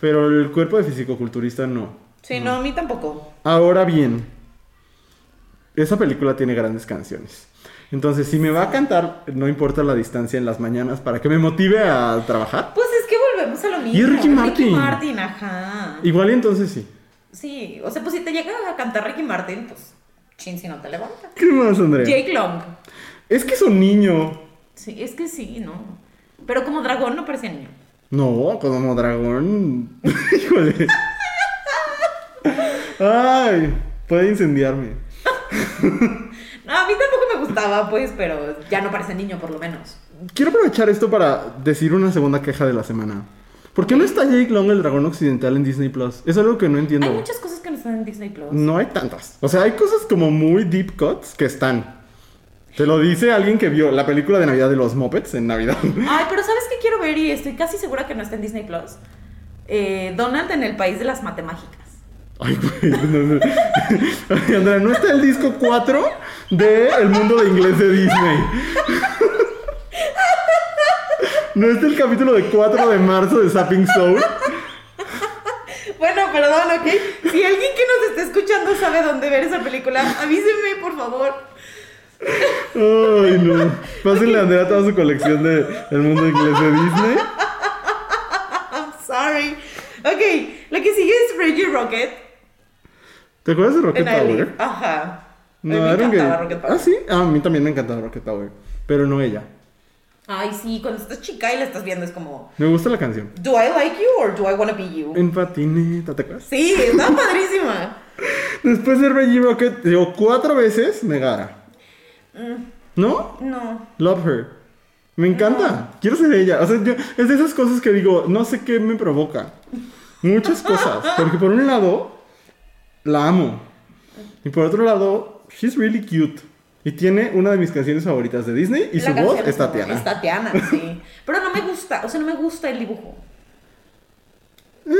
S2: pero el cuerpo de fisicoculturista no.
S3: Sí, no, a mí tampoco.
S2: Ahora bien, esa película tiene grandes canciones. Entonces, si me va a cantar, no importa la distancia en las mañanas, para que me motive a trabajar.
S3: Pues es que volvemos a lo mismo.
S2: Ricky Martin.
S3: Martin, ajá.
S2: Igual y entonces sí.
S3: Sí, o sea, pues si te llega a cantar Ricky Martin, pues chin, si no te levanta.
S2: ¿Qué más, Andrea?
S3: Jake Long.
S2: Es que es un niño.
S3: Sí, es que sí, ¿no? Pero como dragón no parecía niño.
S2: No, como dragón. Híjole. Ay, puede incendiarme.
S3: No, a mí tampoco me gustaba, pues, pero ya no parece niño, por lo menos.
S2: Quiero aprovechar esto para decir una segunda queja de la semana. ¿Por qué no está Jake Long el dragón occidental en Disney Plus? Es algo que no entiendo.
S3: Hay muchas cosas que no están en Disney Plus.
S2: No hay tantas. O sea, hay cosas como muy deep cuts que están. Te lo dice alguien que vio la película de Navidad de los Muppets en Navidad.
S3: Ay, pero ¿sabes qué quiero ver? Y estoy casi segura que no está en Disney Plus. Eh, Donald en el país de las matemáticas.
S2: Ay, güey. no, no. Ay, Andrea, ¿no está el disco 4 de El Mundo de Inglés de Disney? ¿No está el capítulo de 4 de marzo de Sapping Soul?
S3: Bueno, perdón, ¿ok? Si alguien que nos está escuchando sabe dónde ver esa película, avísenme, por favor.
S2: Ay, no. Pásenle a Andrea toda su colección de El Mundo de Inglés de Disney.
S3: I'm sorry. Ok, lo que sigue es Reggie Rocket
S2: ¿Te acuerdas de Rocket
S3: en I
S2: Power?
S3: Live. Ajá.
S2: No,
S3: a mí me
S2: era un
S3: encantaba
S2: gay.
S3: Rocket
S2: Ah,
S3: Power.
S2: sí. Ah, a mí también me encantaba Rocket Power. Pero no ella.
S3: Ay, sí, cuando estás chica y la estás viendo es como,
S2: Me gusta la canción.
S3: ¿do I like you or do I wanna be you?
S2: En patineta, ¿te acuerdas?
S3: Sí, está padrísima.
S2: Después de Reggie Rocket, digo, cuatro veces Megara.
S3: Mm.
S2: ¿No?
S3: No.
S2: Love her. Me encanta.
S3: Mm.
S2: Quiero ser ella. O sea, yo, es de esas cosas que digo, no sé qué me provoca. Muchas cosas. Porque por un lado, la amo. Y por otro lado, she's really cute. Y tiene una de mis canciones favoritas de Disney y
S3: La
S2: su
S3: canción
S2: voz
S3: es
S2: es
S3: como,
S2: Tatiana.
S3: Es Tatiana, sí. Pero no me gusta, o sea, no me gusta el dibujo.
S2: Eh,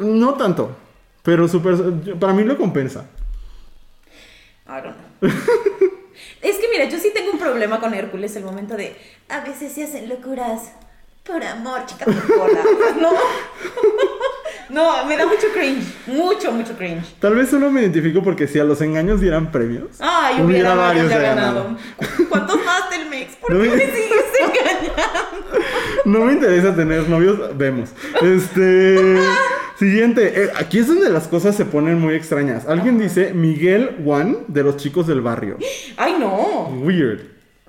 S2: no tanto. Pero su perso- yo- para mí lo compensa.
S3: I don't know. es que mira, yo sí tengo un problema con Hércules, el momento de a veces se hacen locuras por amor, chica cola. no. no, me da mucho cringe, mucho mucho cringe.
S2: Tal vez solo me identifico porque si a los engaños dieran premios,
S3: Ay, hubiera, varios ya ganado. ¿Cuántos más del Mex? ¿Por
S2: No
S3: qué
S2: me-
S3: me sigues engañando?
S2: No me interesa tener novios, vemos. Este. Siguiente, eh, aquí es donde las cosas se ponen muy extrañas. Alguien dice Miguel Juan de los chicos del barrio.
S3: Ay, no.
S2: Weird.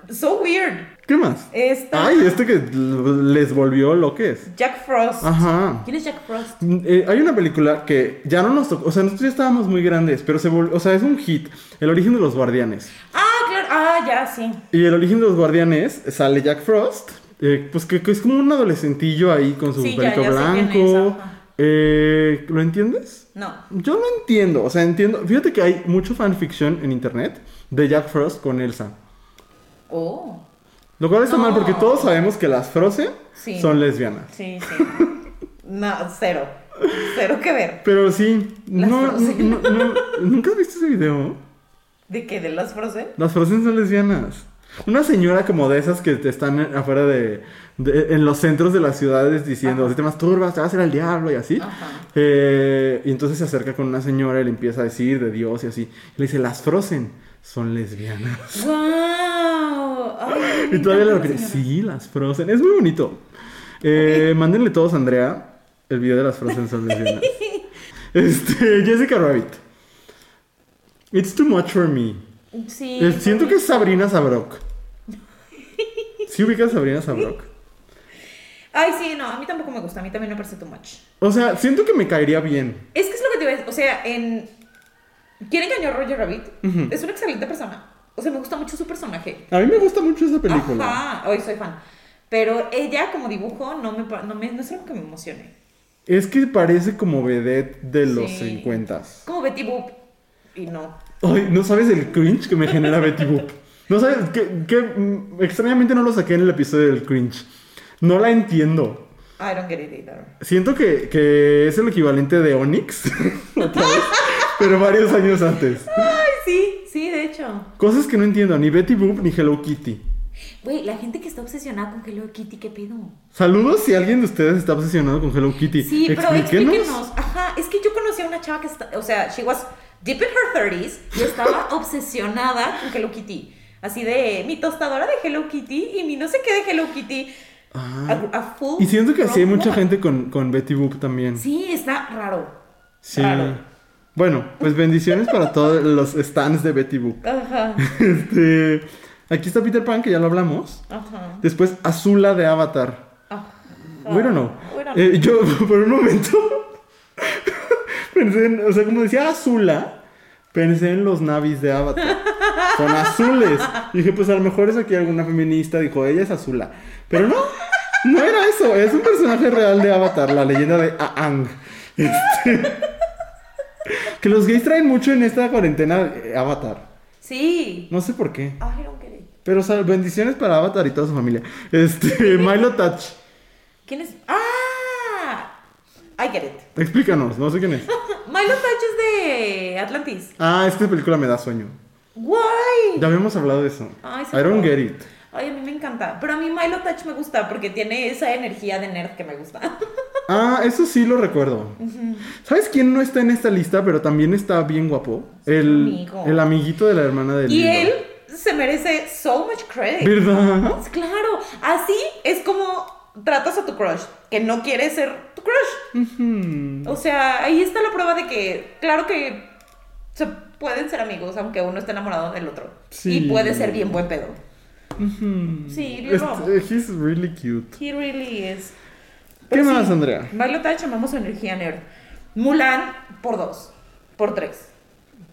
S3: So weird.
S2: ¿Qué más?
S3: Esta.
S2: Ay, este que l- les volvió lo que es.
S3: Jack Frost.
S2: Ajá.
S3: ¿Quién es Jack Frost?
S2: Mm, eh, hay una película que ya no nos tocó, o sea, nosotros ya estábamos muy grandes, pero se volvió, o sea, es un hit, El origen de los guardianes.
S3: Ah, claro. Ah, ya, sí.
S2: Y El origen de los guardianes sale Jack Frost, eh, pues que, que es como un adolescentillo ahí con su
S3: Sí, ya-
S2: pelito
S3: ya sé quién es,
S2: blanco.
S3: ajá.
S2: Eh, ¿Lo entiendes?
S3: No.
S2: Yo no entiendo, o sea, entiendo. Fíjate que hay mucho fanfiction en internet de Jack Frost con Elsa.
S3: Oh.
S2: Lo cual está mal
S3: No.
S2: porque todos sabemos que las Frozen
S3: Oh. Sí.
S2: son lesbianas.
S3: Sí, sí. No, cero. Cero que ver.
S2: Pero sí,
S3: Las
S2: no,
S3: Frozen.
S2: no, no, ¿nunca has visto ese video?
S3: ¿De qué? ¿De las Frozen?
S2: Las Frozen son lesbianas. Una señora como de esas que te están en- afuera de, de- en los centros de las ciudades diciendo, si te masturbas, te vas a ir al diablo y así.
S3: Ajá.
S2: Eh, y entonces se acerca con una señora y le empieza a decir de Dios y así. Y le dice, las Frozen son lesbianas.
S3: ¡Wow! Ay, me
S2: Y todavía la
S3: encanta señora.
S2: repite. Sí, las Frozen. Es muy bonito. Eh, Mándenle todos a Andrea el video de las Frozen son lesbianas. este, Jessica Rabbit. It's too much for me.
S3: Sí.
S2: Eh, Siento que es Sabrina Sabrok. ¿Sí ubicas a Sabrina Sabrok?
S3: Ay, sí, no, a mí tampoco me gusta, a mí también me parece too much.
S2: O sea, siento que me caería bien.
S3: Es que es lo que te iba a decir, o sea, en... ¿Quién engañó a Roger Rabbit? Es una excelente persona. O sea, me gusta mucho su personaje.
S2: A mí me gusta mucho esa película.
S3: Ajá, hoy soy fan. Pero ella como dibujo no me, pa- no me no es algo que me emocione.
S2: Es que parece como vedette de los
S3: Sí.
S2: 50.
S3: Como Betty Boop. Y no.
S2: Ay, no sabes el cringe que me genera Betty Boop. No sabes que, que, mm, extrañamente no lo saqué en el episodio del cringe. No la entiendo.
S3: I don't get it either.
S2: Siento que, que es el equivalente de Onyx, otra vez, pero varios años antes.
S3: Ay, sí, sí, de hecho.
S2: Cosas que no entiendo, ni Betty Boop ni Hello Kitty.
S3: Güey, la gente que está obsesionada con Hello Kitty, ¿qué pedo?
S2: Saludos si alguien de ustedes está obsesionado con Hello Kitty.
S3: Sí, pero explíquenos. Ajá, es que yo conocí a una chava que está, o sea, she was deep in her 30s y estaba obsesionada con Hello Kitty. Así de mi tostadora de Hello Kitty y mi no sé qué de Hello Kitty.
S2: Ah.
S3: A, a full
S2: Y siento que así hay
S3: grown
S2: mucha
S3: woman.
S2: gente con, con Betty Boop también.
S3: Sí, está raro.
S2: Sí.
S3: Claro.
S2: Bueno, pues bendiciones para todos los stands de Betty Boop.
S3: Ajá,
S2: Este, aquí está Peter Pan, que ya lo hablamos.
S3: ajá.
S2: Después Azula de Avatar.
S3: ajá.
S2: We don't know.
S3: We don't
S2: Ah, Eh, yo por un momento pensé en, o sea, como decía Azula, pensé en los navis de Avatar. Son azules. Y dije, pues a lo mejor es aquí alguna feminista dijo, ella es Azula. Pero no, no era eso. Es un personaje real de Avatar, la leyenda de Aang. Este, que los gays traen mucho en esta cuarentena eh, Avatar.
S3: Sí.
S2: No sé por qué.
S3: I don't get it.
S2: Pero o sea, bendiciones para Avatar y toda su familia. Este, Milo Touch,
S3: ¿Quién es? ¡Ah! I get it.
S2: explícanos, no sé quién es.
S3: Milo Touch es de Atlantis.
S2: Ah, esta película me da sueño.
S3: Guay.
S2: Ya habíamos hablado de eso.
S3: Ay, sí,
S2: I don't
S3: no.
S2: get it.
S3: Ay, a mí me encanta. Pero a mí Milo Touch me gusta porque tiene esa energía de nerd que me gusta.
S2: Ah, eso sí lo recuerdo. ¿Sabes quién no está en esta lista, pero también está bien guapo? El,
S3: amigo.
S2: el amiguito de la hermana del
S3: Y
S2: Lilo.
S3: él se merece so much credit.
S2: ¿Verdad?
S3: Claro, así es como tratas a tu crush, que no quiere ser tu crush.
S2: Mm.
S3: O sea, ahí está la prueba de que, claro que se pueden ser amigos, aunque uno esté enamorado del otro.
S2: Sí.
S3: Y puede ser bien buen pedo. Sí, bien guapo.
S2: Este, he's really cute.
S3: He really is.
S2: ¿Qué
S3: Pero sí,
S2: más, Andrea?
S3: Milo Touch, amamos su energía nerd. Mulan, por dos. Por tres.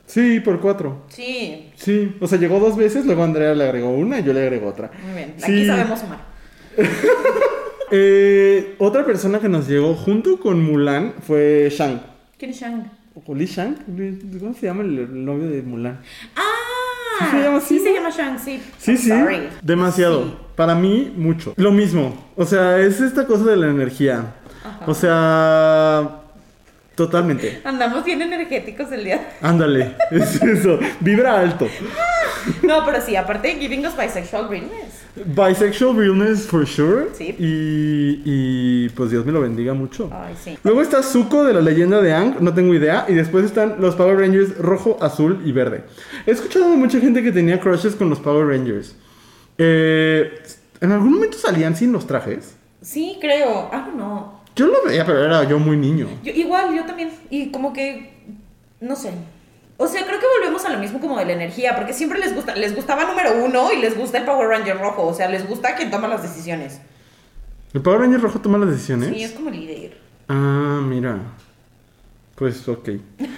S2: Sí, por cuatro.
S3: Sí,
S2: Sí, o sea, llegó dos veces, luego Andrea le agregó una y yo le agregó otra.
S3: muy bien. Aquí
S2: Sí.
S3: sabemos sumar.
S2: Eh, otra persona que nos llegó junto con Mulan fue Shang.
S3: ¿Quién es Shang?
S2: ¿O Li Shang? Li- ¿Cómo se llama el el novio de Mulan?
S3: ¡Ah!
S2: Sí se llama así,
S3: Sí se
S2: ¿no?
S3: llama Shang, sí.
S2: Sí,
S3: I'm
S2: sí.
S3: sorry.
S2: Demasiado.
S3: Sí.
S2: Para mí, mucho. Lo mismo. O sea, es esta cosa de la energía. O sea, totalmente.
S3: Andamos bien energéticos el día.
S2: Ándale, es eso. Vibra alto.
S3: No, pero sí, aparte, giving us bisexual realness.
S2: Bisexual realness for sure.
S3: Sí.
S2: Y, y pues Dios me lo bendiga mucho.
S3: Ay, sí.
S2: Luego está Zuko de la leyenda de Ang, no tengo idea. Y después están los Power Rangers rojo, azul y verde. He escuchado de mucha gente que tenía crushes con los Power Rangers. Eh, en algún momento salían sin los trajes.
S3: Sí, creo. Ah, no.
S2: Yo lo veía, pero era yo muy niño.
S3: Yo, igual, yo también. Y como que. No sé. O sea, creo que volvemos a lo mismo como de la energía, porque siempre les gusta, les gustaba número uno y les gusta el Power Ranger rojo, o sea, les gusta quien toma las decisiones.
S2: ¿El Power Ranger rojo toma las decisiones?
S3: Sí, es como líder.
S2: Ah, mira. Pues ok.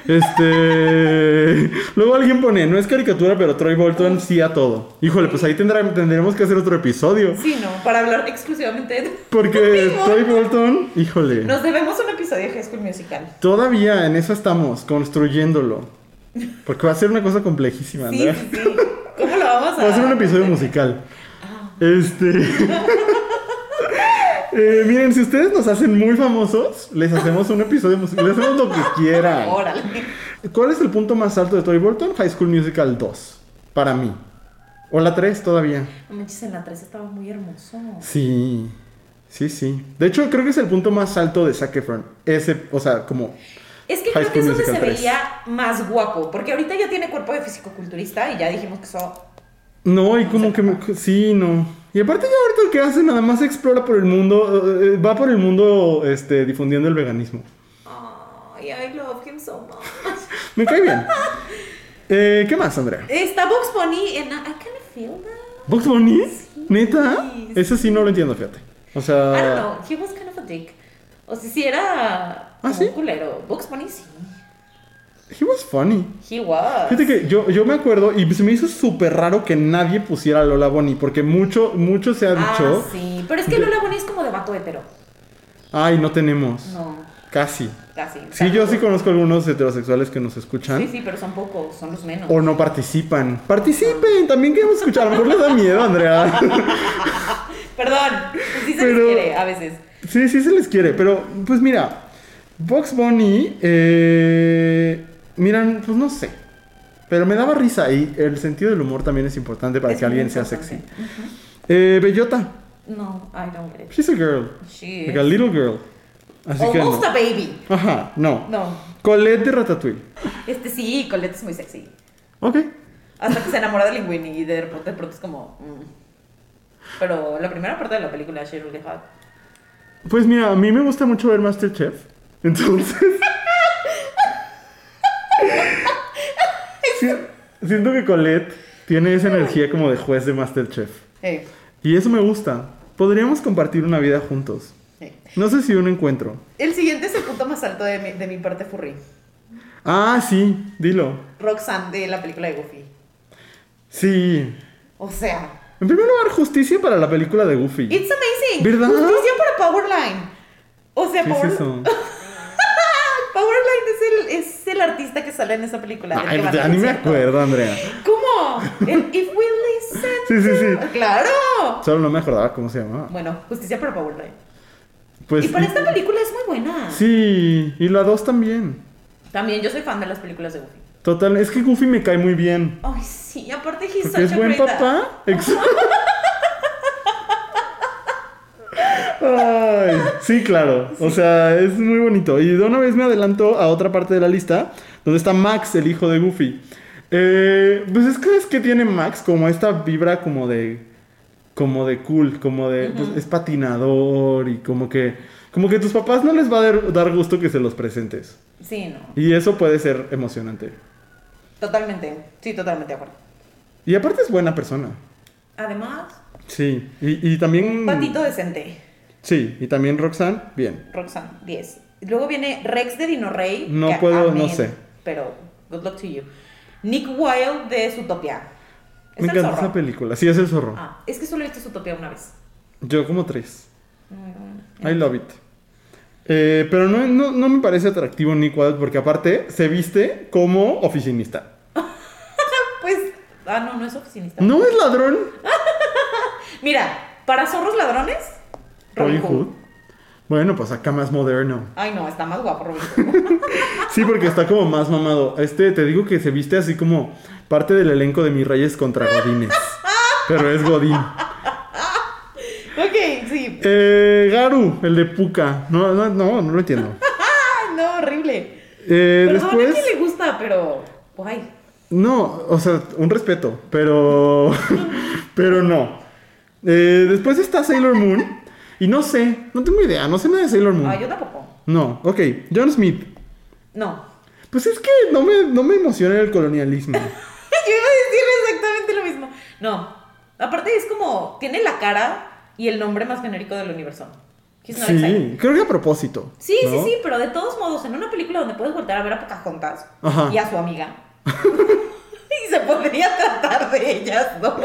S2: Este. Luego alguien pone, no es caricatura, pero Troy Bolton sí a todo. Híjole, pues ahí tendrá- tendremos que hacer otro episodio.
S3: Sí, no, para hablar exclusivamente de...
S2: Porque
S3: Mismo.
S2: Troy Bolton, híjole.
S3: Nos debemos un episodio de High School Musical.
S2: Todavía en eso estamos, construyéndolo. Porque va a ser una cosa complejísima,
S3: Sí,
S2: ¿no?
S3: sí, sí. ¿Cómo lo vamos a...?
S2: Va a ser un episodio musical. Este. Eh, miren, si ustedes nos hacen muy famosos, les hacemos un episodio musical. Les hacemos lo que quieran.
S3: Órale.
S2: ¿Cuál es el punto más alto de Troy Bolton? High School Musical 2. Para mí. O la 3 todavía.
S3: No manches, en la 3 estaba muy hermoso.
S2: Sí. Sí, sí. De hecho, creo que es el punto más alto de Zac Efron. Ese, o sea, como.
S3: Es que
S2: High
S3: creo que es
S2: School
S3: donde se
S2: Musical
S3: veía más guapo, porque ahorita ya tiene cuerpo de fisicoculturista y ya dijimos que eso...
S2: No, y como que. me- sí, no. Y aparte, ya ahorita que hace, nada más explora por el mundo. eh, eh, va por el mundo este, difundiendo el veganismo.
S3: Ay, I love him so much.
S2: Me cae bien. Eh, ¿Qué más, Andrea?
S3: Está Box Bunny en I Can Feel That.
S2: ¿Box Bunny? ¿Neta?
S3: sí.
S2: Eso sí no lo entiendo, fíjate. O
S3: I don't
S2: sea.
S3: know, he was kind of a dick. O sea, si era como
S2: ¿Ah, sí?
S3: un culero. Box Bunny sí.
S2: He was funny.
S3: He was.
S2: Fíjate que yo, yo me acuerdo y se me hizo súper raro que nadie pusiera a Lola Bonnie, porque mucho, mucho se ha
S3: Ah,
S2: dicho.
S3: sí. Pero es que Lola Bunny es como de vato hetero.
S2: Ay, no tenemos.
S3: No,
S2: Casi.
S3: casi. O sea,
S2: Sí, yo sí conozco algunos heterosexuales que nos escuchan.
S3: Sí, sí, pero son pocos, son los menos.
S2: O no participan. Participen, también queremos escuchar. A lo mejor les da miedo, Andrea.
S3: Perdón, pues sí se
S2: Pero-
S3: les quiere a veces.
S2: Sí, sí se les quiere, pero pues mira, Box Bunny, eh, miran, pues no sé, pero me daba risa y el sentido del humor también es importante para
S3: Es
S2: que
S3: muy
S2: alguien sea sexy.
S3: importante.
S2: Eh, Bellota,
S3: No, I don't get it.
S2: she's a girl,
S3: She
S2: like a little girl, así que no.
S3: Almost a baby.
S2: Ajá, no.
S3: No,
S2: Colette de Ratatouille,
S3: este sí, Colette es muy sexy.
S2: ok.
S3: Hasta que se enamora de Linguini y de repente, de pronto es como. mm. Pero la primera parte de la película, Cheryl the Hot.
S2: Pues mira, a mí me gusta mucho ver Masterchef, entonces... Sí, siento que Colette tiene esa energía como de juez de Masterchef.
S3: Hey,
S2: Y eso me gusta. Podríamos compartir una vida juntos.
S3: hey.
S2: No sé si un encuentro.
S3: El siguiente es el punto más alto de mi, de mi parte furry.
S2: Ah, sí, dilo.
S3: Roxanne de la película de Goofy.
S2: Sí.
S3: O sea,
S2: En primer lugar, justicia para la película de Goofy.
S3: it's amazing.
S2: ¿Verdad?
S3: Justicia para Powerline. O sea,
S2: ¿Qué es
S3: Powerline.
S2: eso?
S3: Powerline es el, es el artista que sale en esa película. del
S2: Ay, pues,
S3: que van
S2: ya
S3: al
S2: ni me
S3: concierto.
S2: acuerdo, Andrea.
S3: ¿Cómo? El If We Listen.
S2: Sí, sí, sí.
S3: to- ¡Claro!
S2: Solo no me acordaba cómo se llamaba.
S3: Bueno, justicia para Powerline.
S2: Pues
S3: y para
S2: y-
S3: esta película es muy buena.
S2: sí, y la 2 también.
S3: También yo soy fan de las películas de Goofy.
S2: Total, es que Goofy me cae muy bien.
S3: Ay, sí, aparte he's
S2: Porque
S3: such
S2: es
S3: a
S2: buen
S3: great dad.
S2: papá. Ex- Ay, sí, claro. O sea, es muy bonito. Y de una vez me adelanto a otra parte de la lista, donde está Max, el hijo de Goofy. Eh, pues es que es que tiene Max como esta vibra como de como de cool, como de pues, es patinador y como que como que tus papás no les va a dar- dar gusto que se los presentes.
S3: Sí, no.
S2: Y eso puede ser emocionante.
S3: Totalmente. Sí, totalmente de acuerdo.
S2: Y aparte es buena persona.
S3: Además,
S2: Sí, y, y también...
S3: patito decente.
S2: Sí, y también Roxanne, bien.
S3: Roxanne, 10. Luego viene Rex de Dino Rey.
S2: No
S3: que
S2: puedo,
S3: amé,
S2: no sé.
S3: Pero, good luck to you. Nick Wilde de Zootopia. Es
S2: Me
S3: el
S2: encanta
S3: zorro.
S2: esa película. Sí, es el zorro.
S3: Ah, es que solo he visto Zootopia una vez.
S2: Yo como tres.
S3: Mm,
S2: I love it. Eh, pero no, no, no me parece atractivo Nick Wilde porque aparte se viste como oficinista.
S3: Pues, ah, no, no es oficinista.
S2: No es ladrón.
S3: Mira, para zorros ladrones,
S2: Robin Hood. Bueno, pues acá más moderno.
S3: Ay, no, está más guapo Robin Hood.
S2: Sí, porque está como más mamado. Este, te digo que se viste así como parte del elenco de Mis Reyes contra Godines. Pero es Godín.
S3: ok, sí.
S2: Eh, Garu, el de Puka. No, no, no, no lo entiendo.
S3: Ah, no, horrible.
S2: Eh,
S3: Perdón,
S2: después...
S3: a quién le gusta, pero. Guay.
S2: No, o sea, un respeto, pero. pero no. Eh, después está Sailor Moon. Y no
S3: Ah,
S2: sé, no tengo idea, no sé nada de Sailor Moon.
S3: Ay, yo tampoco.
S2: No, ok, John Smith.
S3: No.
S2: Pues es que no me, no me emociona el colonialismo.
S3: Yo iba a decir exactamente lo mismo. No. Aparte es como, tiene la cara y el nombre más genérico del universo. He's not exciting.
S2: Sí, creo que a propósito.
S3: Sí, sí,
S2: ¿no?
S3: sí, pero de todos modos, en una película donde puedes volver a ver a Pocahontas
S2: Ajá.
S3: y a su amiga. y se podría tratar de ellas dos.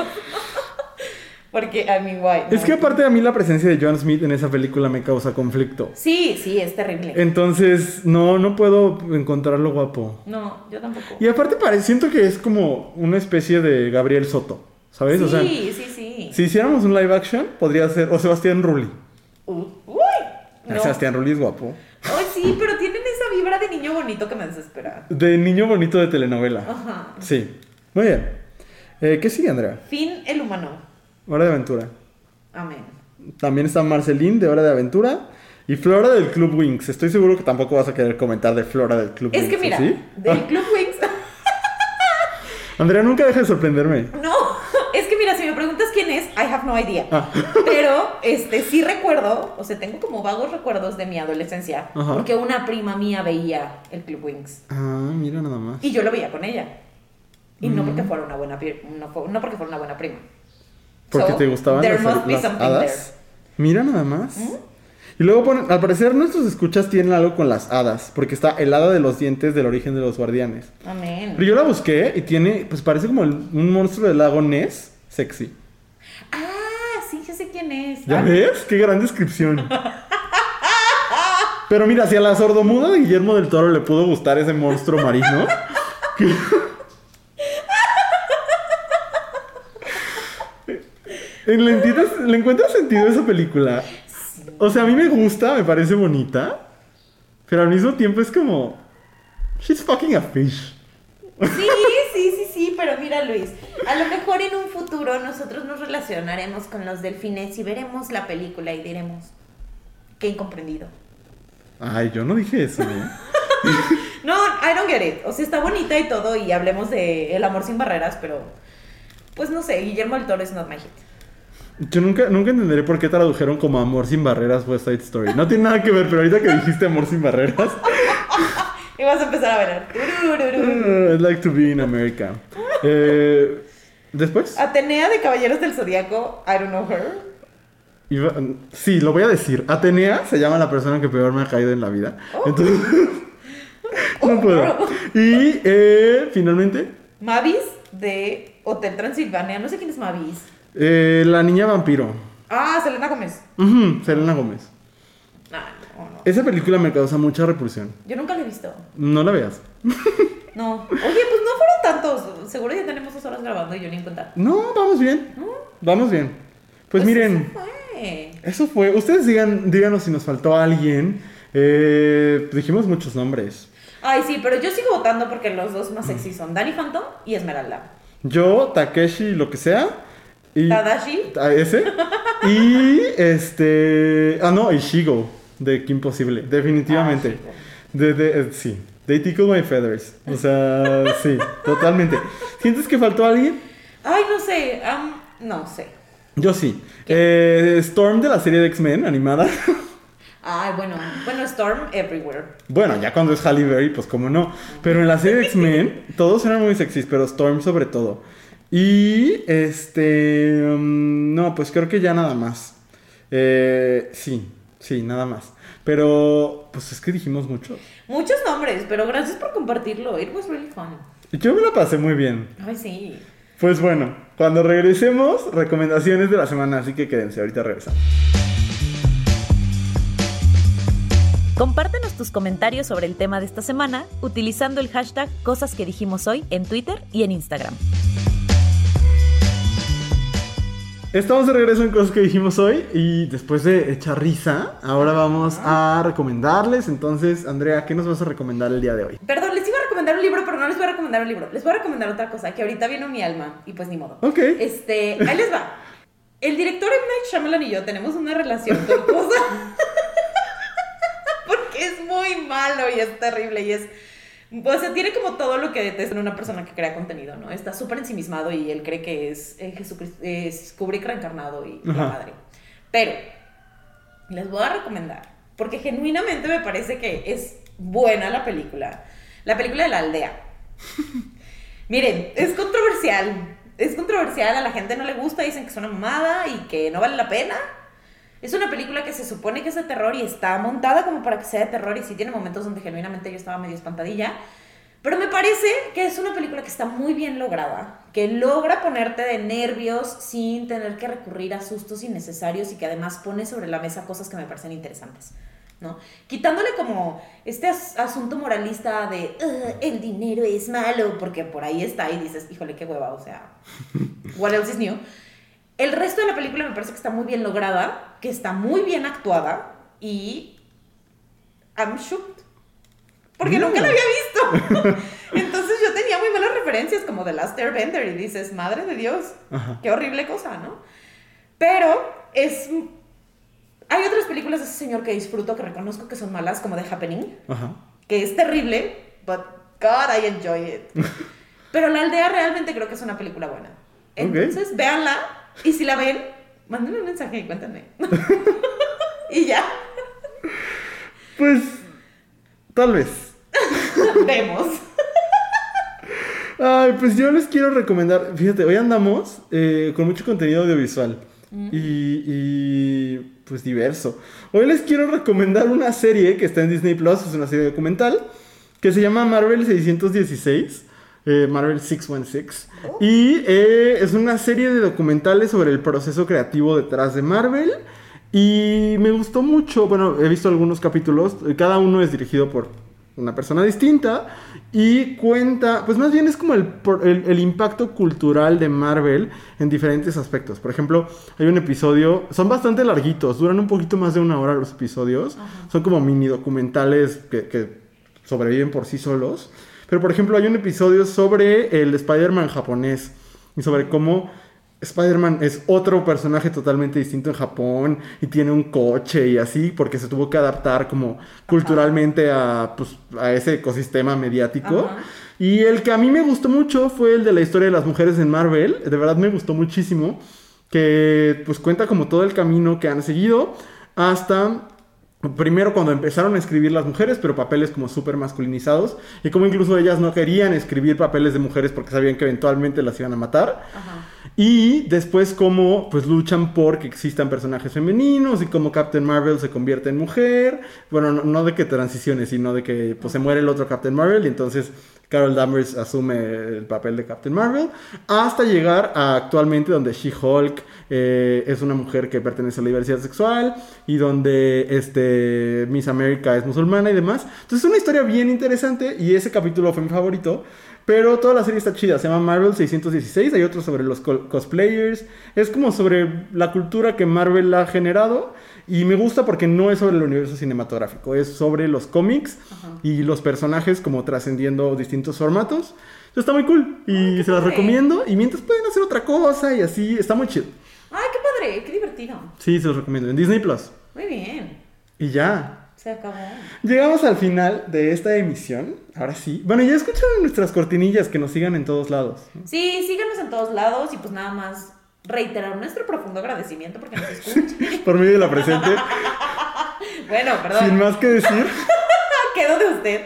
S3: Porque, I mean, why?
S2: Es
S3: no?
S2: que aparte a mí la presencia de John Smith en esa película me causa conflicto.
S3: Sí, sí, es terrible.
S2: Entonces, no, no puedo encontrarlo guapo.
S3: No, yo tampoco.
S2: Y aparte pare- siento que es como una especie de Gabriel Soto, ¿sabes?
S3: sí,
S2: o sea,
S3: sí, sí,
S2: si hiciéramos un live action, podría ser o Sebastián Rulli.
S3: U- Uy,
S2: Ah,
S3: no.
S2: Sebastián Rulli es guapo.
S3: Ay, sí, pero tienen esa vibra de niño bonito que me desespera.
S2: De niño bonito de telenovela.
S3: Ajá.
S2: Sí. Muy bien. Eh, ¿Qué sigue, Andrea?
S3: Fin el humano.
S2: Hora de aventura.
S3: Amén.
S2: También está Marcelín de Hora de Aventura y Flora del Club Wings. Estoy seguro que tampoco vas a querer comentar de Flora del Club
S3: Es
S2: Wings.
S3: que mira,
S2: ¿sí? Ah,
S3: del Club Wings.
S2: Andrea, nunca deja de sorprenderme.
S3: No, es que mira, si me preguntas quién es, I have no idea.
S2: Ah.
S3: Pero este sí recuerdo, o sea, tengo como vagos recuerdos de mi adolescencia,
S2: Ajá.
S3: porque una prima mía veía el Club Wings
S2: Ah, mira nada más.
S3: y yo lo veía con ella. Y
S2: Mm.
S3: no porque fuera una buena pri- no, fu- no porque fuera una buena prima.
S2: Porque
S3: So,
S2: te gustaban
S3: there
S2: las,
S3: must be
S2: las
S3: something Mm.
S2: hadas. Mira nada más. Y luego ponen, al parecer nuestros escuchas tienen algo con las hadas, porque está el hada de los dientes del origen de los guardianes.
S3: there. Amén.
S2: Pero yo la busqué y tiene, pues parece como el- un monstruo del lago Ness, sexy.
S3: Ah, sí, ya sé quién es.
S2: ¿Ya
S3: Ah,
S2: ves? ¡Qué gran descripción! Pero mira, si a la sordomuda de Guillermo del Toro le pudo gustar ese monstruo marino. que- ¿Le, entiendes- ¿Le encuentras sentido a esa película? O sea, a mí me gusta, me parece bonita. Pero al mismo tiempo es como. She's fucking a fish.
S3: Sí, sí, sí, sí, pero mira Luis, a lo mejor en un futuro nosotros nos relacionaremos con los delfines y veremos la película y diremos, qué incomprendido.
S2: Ay, yo no dije eso, ¿eh?
S3: No, I don't get it. O sea, está bonita y todo y hablemos de el amor sin barreras, pero pues no sé, Guillermo del Toro es not my hit.
S2: Yo nunca, nunca entenderé por qué tradujeron como Amor sin barreras West Side Story. No tiene nada que ver, pero ahorita que dijiste Amor sin barreras,
S3: Y vas a empezar a bailar. Turururu.
S2: uh, I'd like to be in America. Eh, Después,
S3: Atenea de Caballeros del Zodiaco, I don't know her.
S2: iba- sí, lo voy a decir. Atenea se llama la persona que peor me ha caído en la vida. Entonces, Oh. no puedo. Y eh, finalmente,
S3: Mavis de Hotel Transilvania, no sé quién es Mavis.
S2: eh, la niña vampiro.
S3: Ah, Selena Gómez.
S2: Ujú, Selena Gómez.
S3: Ah, no, no.
S2: Esa película me causa mucha repulsión.
S3: Yo nunca la he visto.
S2: No la veas.
S3: No. Oye, pues no fueron tantos. Seguro ya tenemos dos horas grabando y yo ni en cuenta.
S2: No, vamos bien. Vamos bien. Pues, miren.
S3: eso fue.
S2: Eso fue. Ustedes digan, díganos si nos faltó alguien. Eh, dijimos muchos nombres.
S3: Ay, sí, pero yo sigo votando porque los dos más sexy son Danny Phantom y Esmeralda.
S2: Yo, Takeshi, lo que sea. Y,
S3: Tadashi.
S2: Ah, Ese. Y este. Ah, no, Ishigo. De Kim Posible. Definitivamente.
S3: Ah,
S2: de, de- eh, sí. They tickle my feathers. O sea, sí, totalmente. ¿Sientes que faltó alguien?
S3: Ay, no sé. am, no sé.
S2: Yo sí. Eh, Storm de la serie de X-Men animada.
S3: Ay, bueno. Bueno, Storm Everywhere.
S2: Bueno, ya cuando es Halle Berry, pues cómo no. Pero en la serie de X-Men, todos eran muy sexys, pero Storm sobre todo. Y este. mm, no, pues creo que ya nada más. Eh, sí, sí, nada más. Pero, pues es que dijimos mucho.
S3: Muchos nombres, pero gracias por compartirlo. It was really fun.
S2: Y yo me la pasé muy bien.
S3: Ay, sí.
S2: Pues bueno, cuando regresemos, recomendaciones de la semana, así que quédense, ahorita regresamos.
S1: Compártenos tus comentarios sobre el tema de esta semana utilizando el hashtag Cosas que dijimos hoy en Twitter y en Instagram.
S2: Estamos de regreso en cosas que dijimos hoy y después de echar risa, ahora vamos a recomendarles. Entonces, Andrea, ¿qué nos vas a recomendar el día de hoy?
S3: Perdón, les iba a recomendar un libro, pero no les voy a recomendar un libro. Les voy a recomendar otra cosa, que ahorita vino mi alma, y pues ni modo.
S2: Ok.
S3: Este, ahí les va. El director M. Night Shyamalan y yo tenemos una relación tortuosa. Porque es muy malo y es terrible y es... O sea, tiene como todo lo que detesta en una persona que crea contenido, ¿no? Está súper ensimismado y él cree que es eh, Jesucristo, es Kubrick reencarnado y la
S2: Ajá.
S3: madre. Pero les voy a recomendar, porque genuinamente me parece que es buena la película. La película de la aldea. Miren, es controversial. Es controversial, a la gente no le gusta, dicen que es una mamada y que no vale la pena. Es una película que se supone que es de terror y está montada como para que sea de terror y sí tiene momentos donde genuinamente yo estaba medio espantadilla. Pero me parece que es una película que está muy bien lograda, que logra ponerte de nervios sin tener que recurrir a sustos innecesarios y que además pone sobre la mesa cosas que me parecen interesantes. ¿no? Quitándole como este as- asunto moralista de "Ugh, el dinero es malo, porque por ahí está y dices, híjole, qué hueva, o sea, what else is new. El resto de la película me parece que está muy bien lograda, que está muy bien actuada y I'm shocked. Porque
S2: Mm.
S3: nunca la había visto. Entonces yo tenía muy malas referencias como The Last Airbender y dices, madre de Dios,
S2: Ajá.
S3: qué horrible cosa, ¿no? Pero es... Hay otras películas de ese señor que disfruto, que reconozco que son malas, como The Happening,
S2: Ajá.
S3: que es terrible, but God, I enjoy it. Pero La Aldea realmente creo que es una película buena. Entonces, véanla y si la ven, mándenme un mensaje y cuéntenme. y ya,
S2: Pues, tal vez.
S3: vemos.
S2: Ay, pues yo les quiero recomendar, fíjate, hoy andamos eh, con mucho contenido audiovisual y, y, pues diverso. Hoy les quiero recomendar una serie que está en Disney Plus, es una serie documental, que se llama Marvel 616, eh, Marvel 616, y eh, es una serie de documentales sobre el proceso creativo detrás de Marvel. Y me gustó mucho, bueno, he visto algunos capítulos, eh, cada uno es dirigido por una persona distinta y cuenta, pues más bien es como el, por- el- el impacto cultural de Marvel en diferentes aspectos. Por ejemplo, hay un episodio, son bastante larguitos, duran un poquito más de una hora los episodios, son como mini documentales que, que sobreviven por sí solos. Pero por ejemplo, hay un episodio sobre el Spider-Man japonés y sobre cómo Spider-Man es otro personaje totalmente distinto en Japón y tiene un coche y así, porque se tuvo que adaptar como culturalmente a, pues, a ese ecosistema mediático.
S3: Ajá.
S2: Y el que a mí me gustó mucho fue el de la historia de las mujeres en Marvel, de verdad me gustó muchísimo, que pues cuenta como todo el camino que han seguido hasta Primero cuando empezaron a escribir las mujeres, pero papeles como súper masculinizados, y como incluso ellas no querían escribir papeles de mujeres porque sabían que eventualmente las iban a matar,
S3: Ajá.
S2: y después cómo pues luchan por que existan personajes femeninos y cómo Captain Marvel se convierte en mujer, bueno, no, no de que transiciones, sino de que pues se muere el otro Captain Marvel y entonces Carol Danvers asume el papel de Captain Marvel, hasta llegar a actualmente donde She-Hulk eh, es una mujer que pertenece a la diversidad sexual y donde este, Miss America es musulmana y demás. Entonces es una historia bien interesante y ese capítulo fue mi favorito. Pero toda la serie está chida, se llama Marvel 616, hay otro sobre los col- cosplayers, es como sobre la cultura que Marvel ha generado y me gusta porque no es sobre el universo cinematográfico, es sobre los cómics y los personajes como trascendiendo distintos formatos. Entonces, está muy cool y
S3: qué
S2: se las
S3: padre.
S2: recomiendo y mientras pueden hacer otra cosa y así, está muy chido.
S3: Ay, qué padre, qué divertido.
S2: Sí, se los recomiendo en Disney Plus.
S3: Muy bien,
S2: Y ya,
S3: se acabó.
S2: Llegamos al final de esta emisión, ahora sí. Bueno, ya escucharon nuestras cortinillas que nos sigan en todos lados.
S3: Sí, síganos en todos lados y pues nada más reiterar nuestro profundo agradecimiento porque nos escuchan.
S2: Por medio de la presente,
S3: bueno,
S2: sin
S3: perdón,
S2: más que decir.
S3: quedó de usted.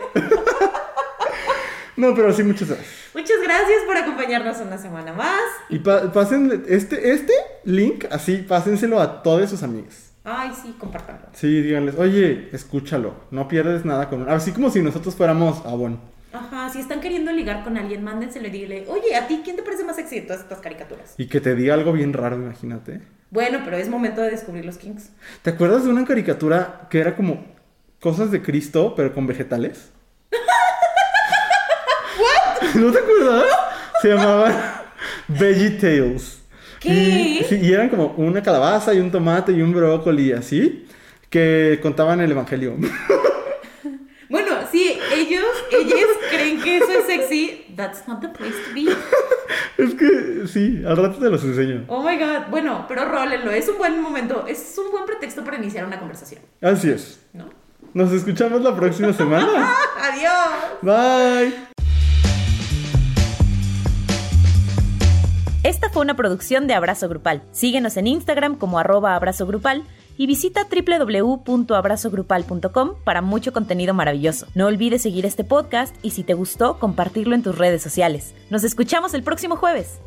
S2: No, pero sí, muchas gracias.
S3: Muchas gracias por acompañarnos una semana más.
S2: Y pa- pasen este, este link, así, pásenselo a todos sus amigos.
S3: Ay, sí, compártanlo.
S2: Sí, díganles, oye, escúchalo, no pierdes nada con... Así como si nosotros fuéramos Avon.
S3: Ajá, si están queriendo ligar con alguien, mándenselo y dile, oye, ¿a ti quién te parece más sexy de todas estas caricaturas?
S2: Y que te diga algo bien raro, imagínate.
S3: Bueno, pero es momento de descubrir los kinks.
S2: ¿Te acuerdas de una caricatura que era como cosas de Cristo, pero con vegetales? ¿What? ¿No te acuerdas? Se llamaba Veggie Tales.
S3: ¿Qué?
S2: Y, sí, y eran como una calabaza y un tomate y un brócoli y así que contaban el evangelio.
S3: Bueno, sí, ellos, ellas creen que eso es sexy. That's not the place to be.
S2: es que sí, al rato te los enseño.
S3: Oh my god. Bueno, pero rólenlo. Es un buen momento. Es un buen pretexto para iniciar una conversación,
S2: Así es.
S3: ¿no?
S2: Nos escuchamos la próxima semana.
S3: Adiós.
S2: Bye.
S1: Esta fue una producción de Abrazo Grupal. Síguenos en Instagram como arroba abrazo grupal
S3: y visita www.abrazogrupal.com para mucho contenido maravilloso. No olvides seguir este podcast y si te gustó, compartirlo en tus redes sociales. Nos escuchamos el próximo jueves.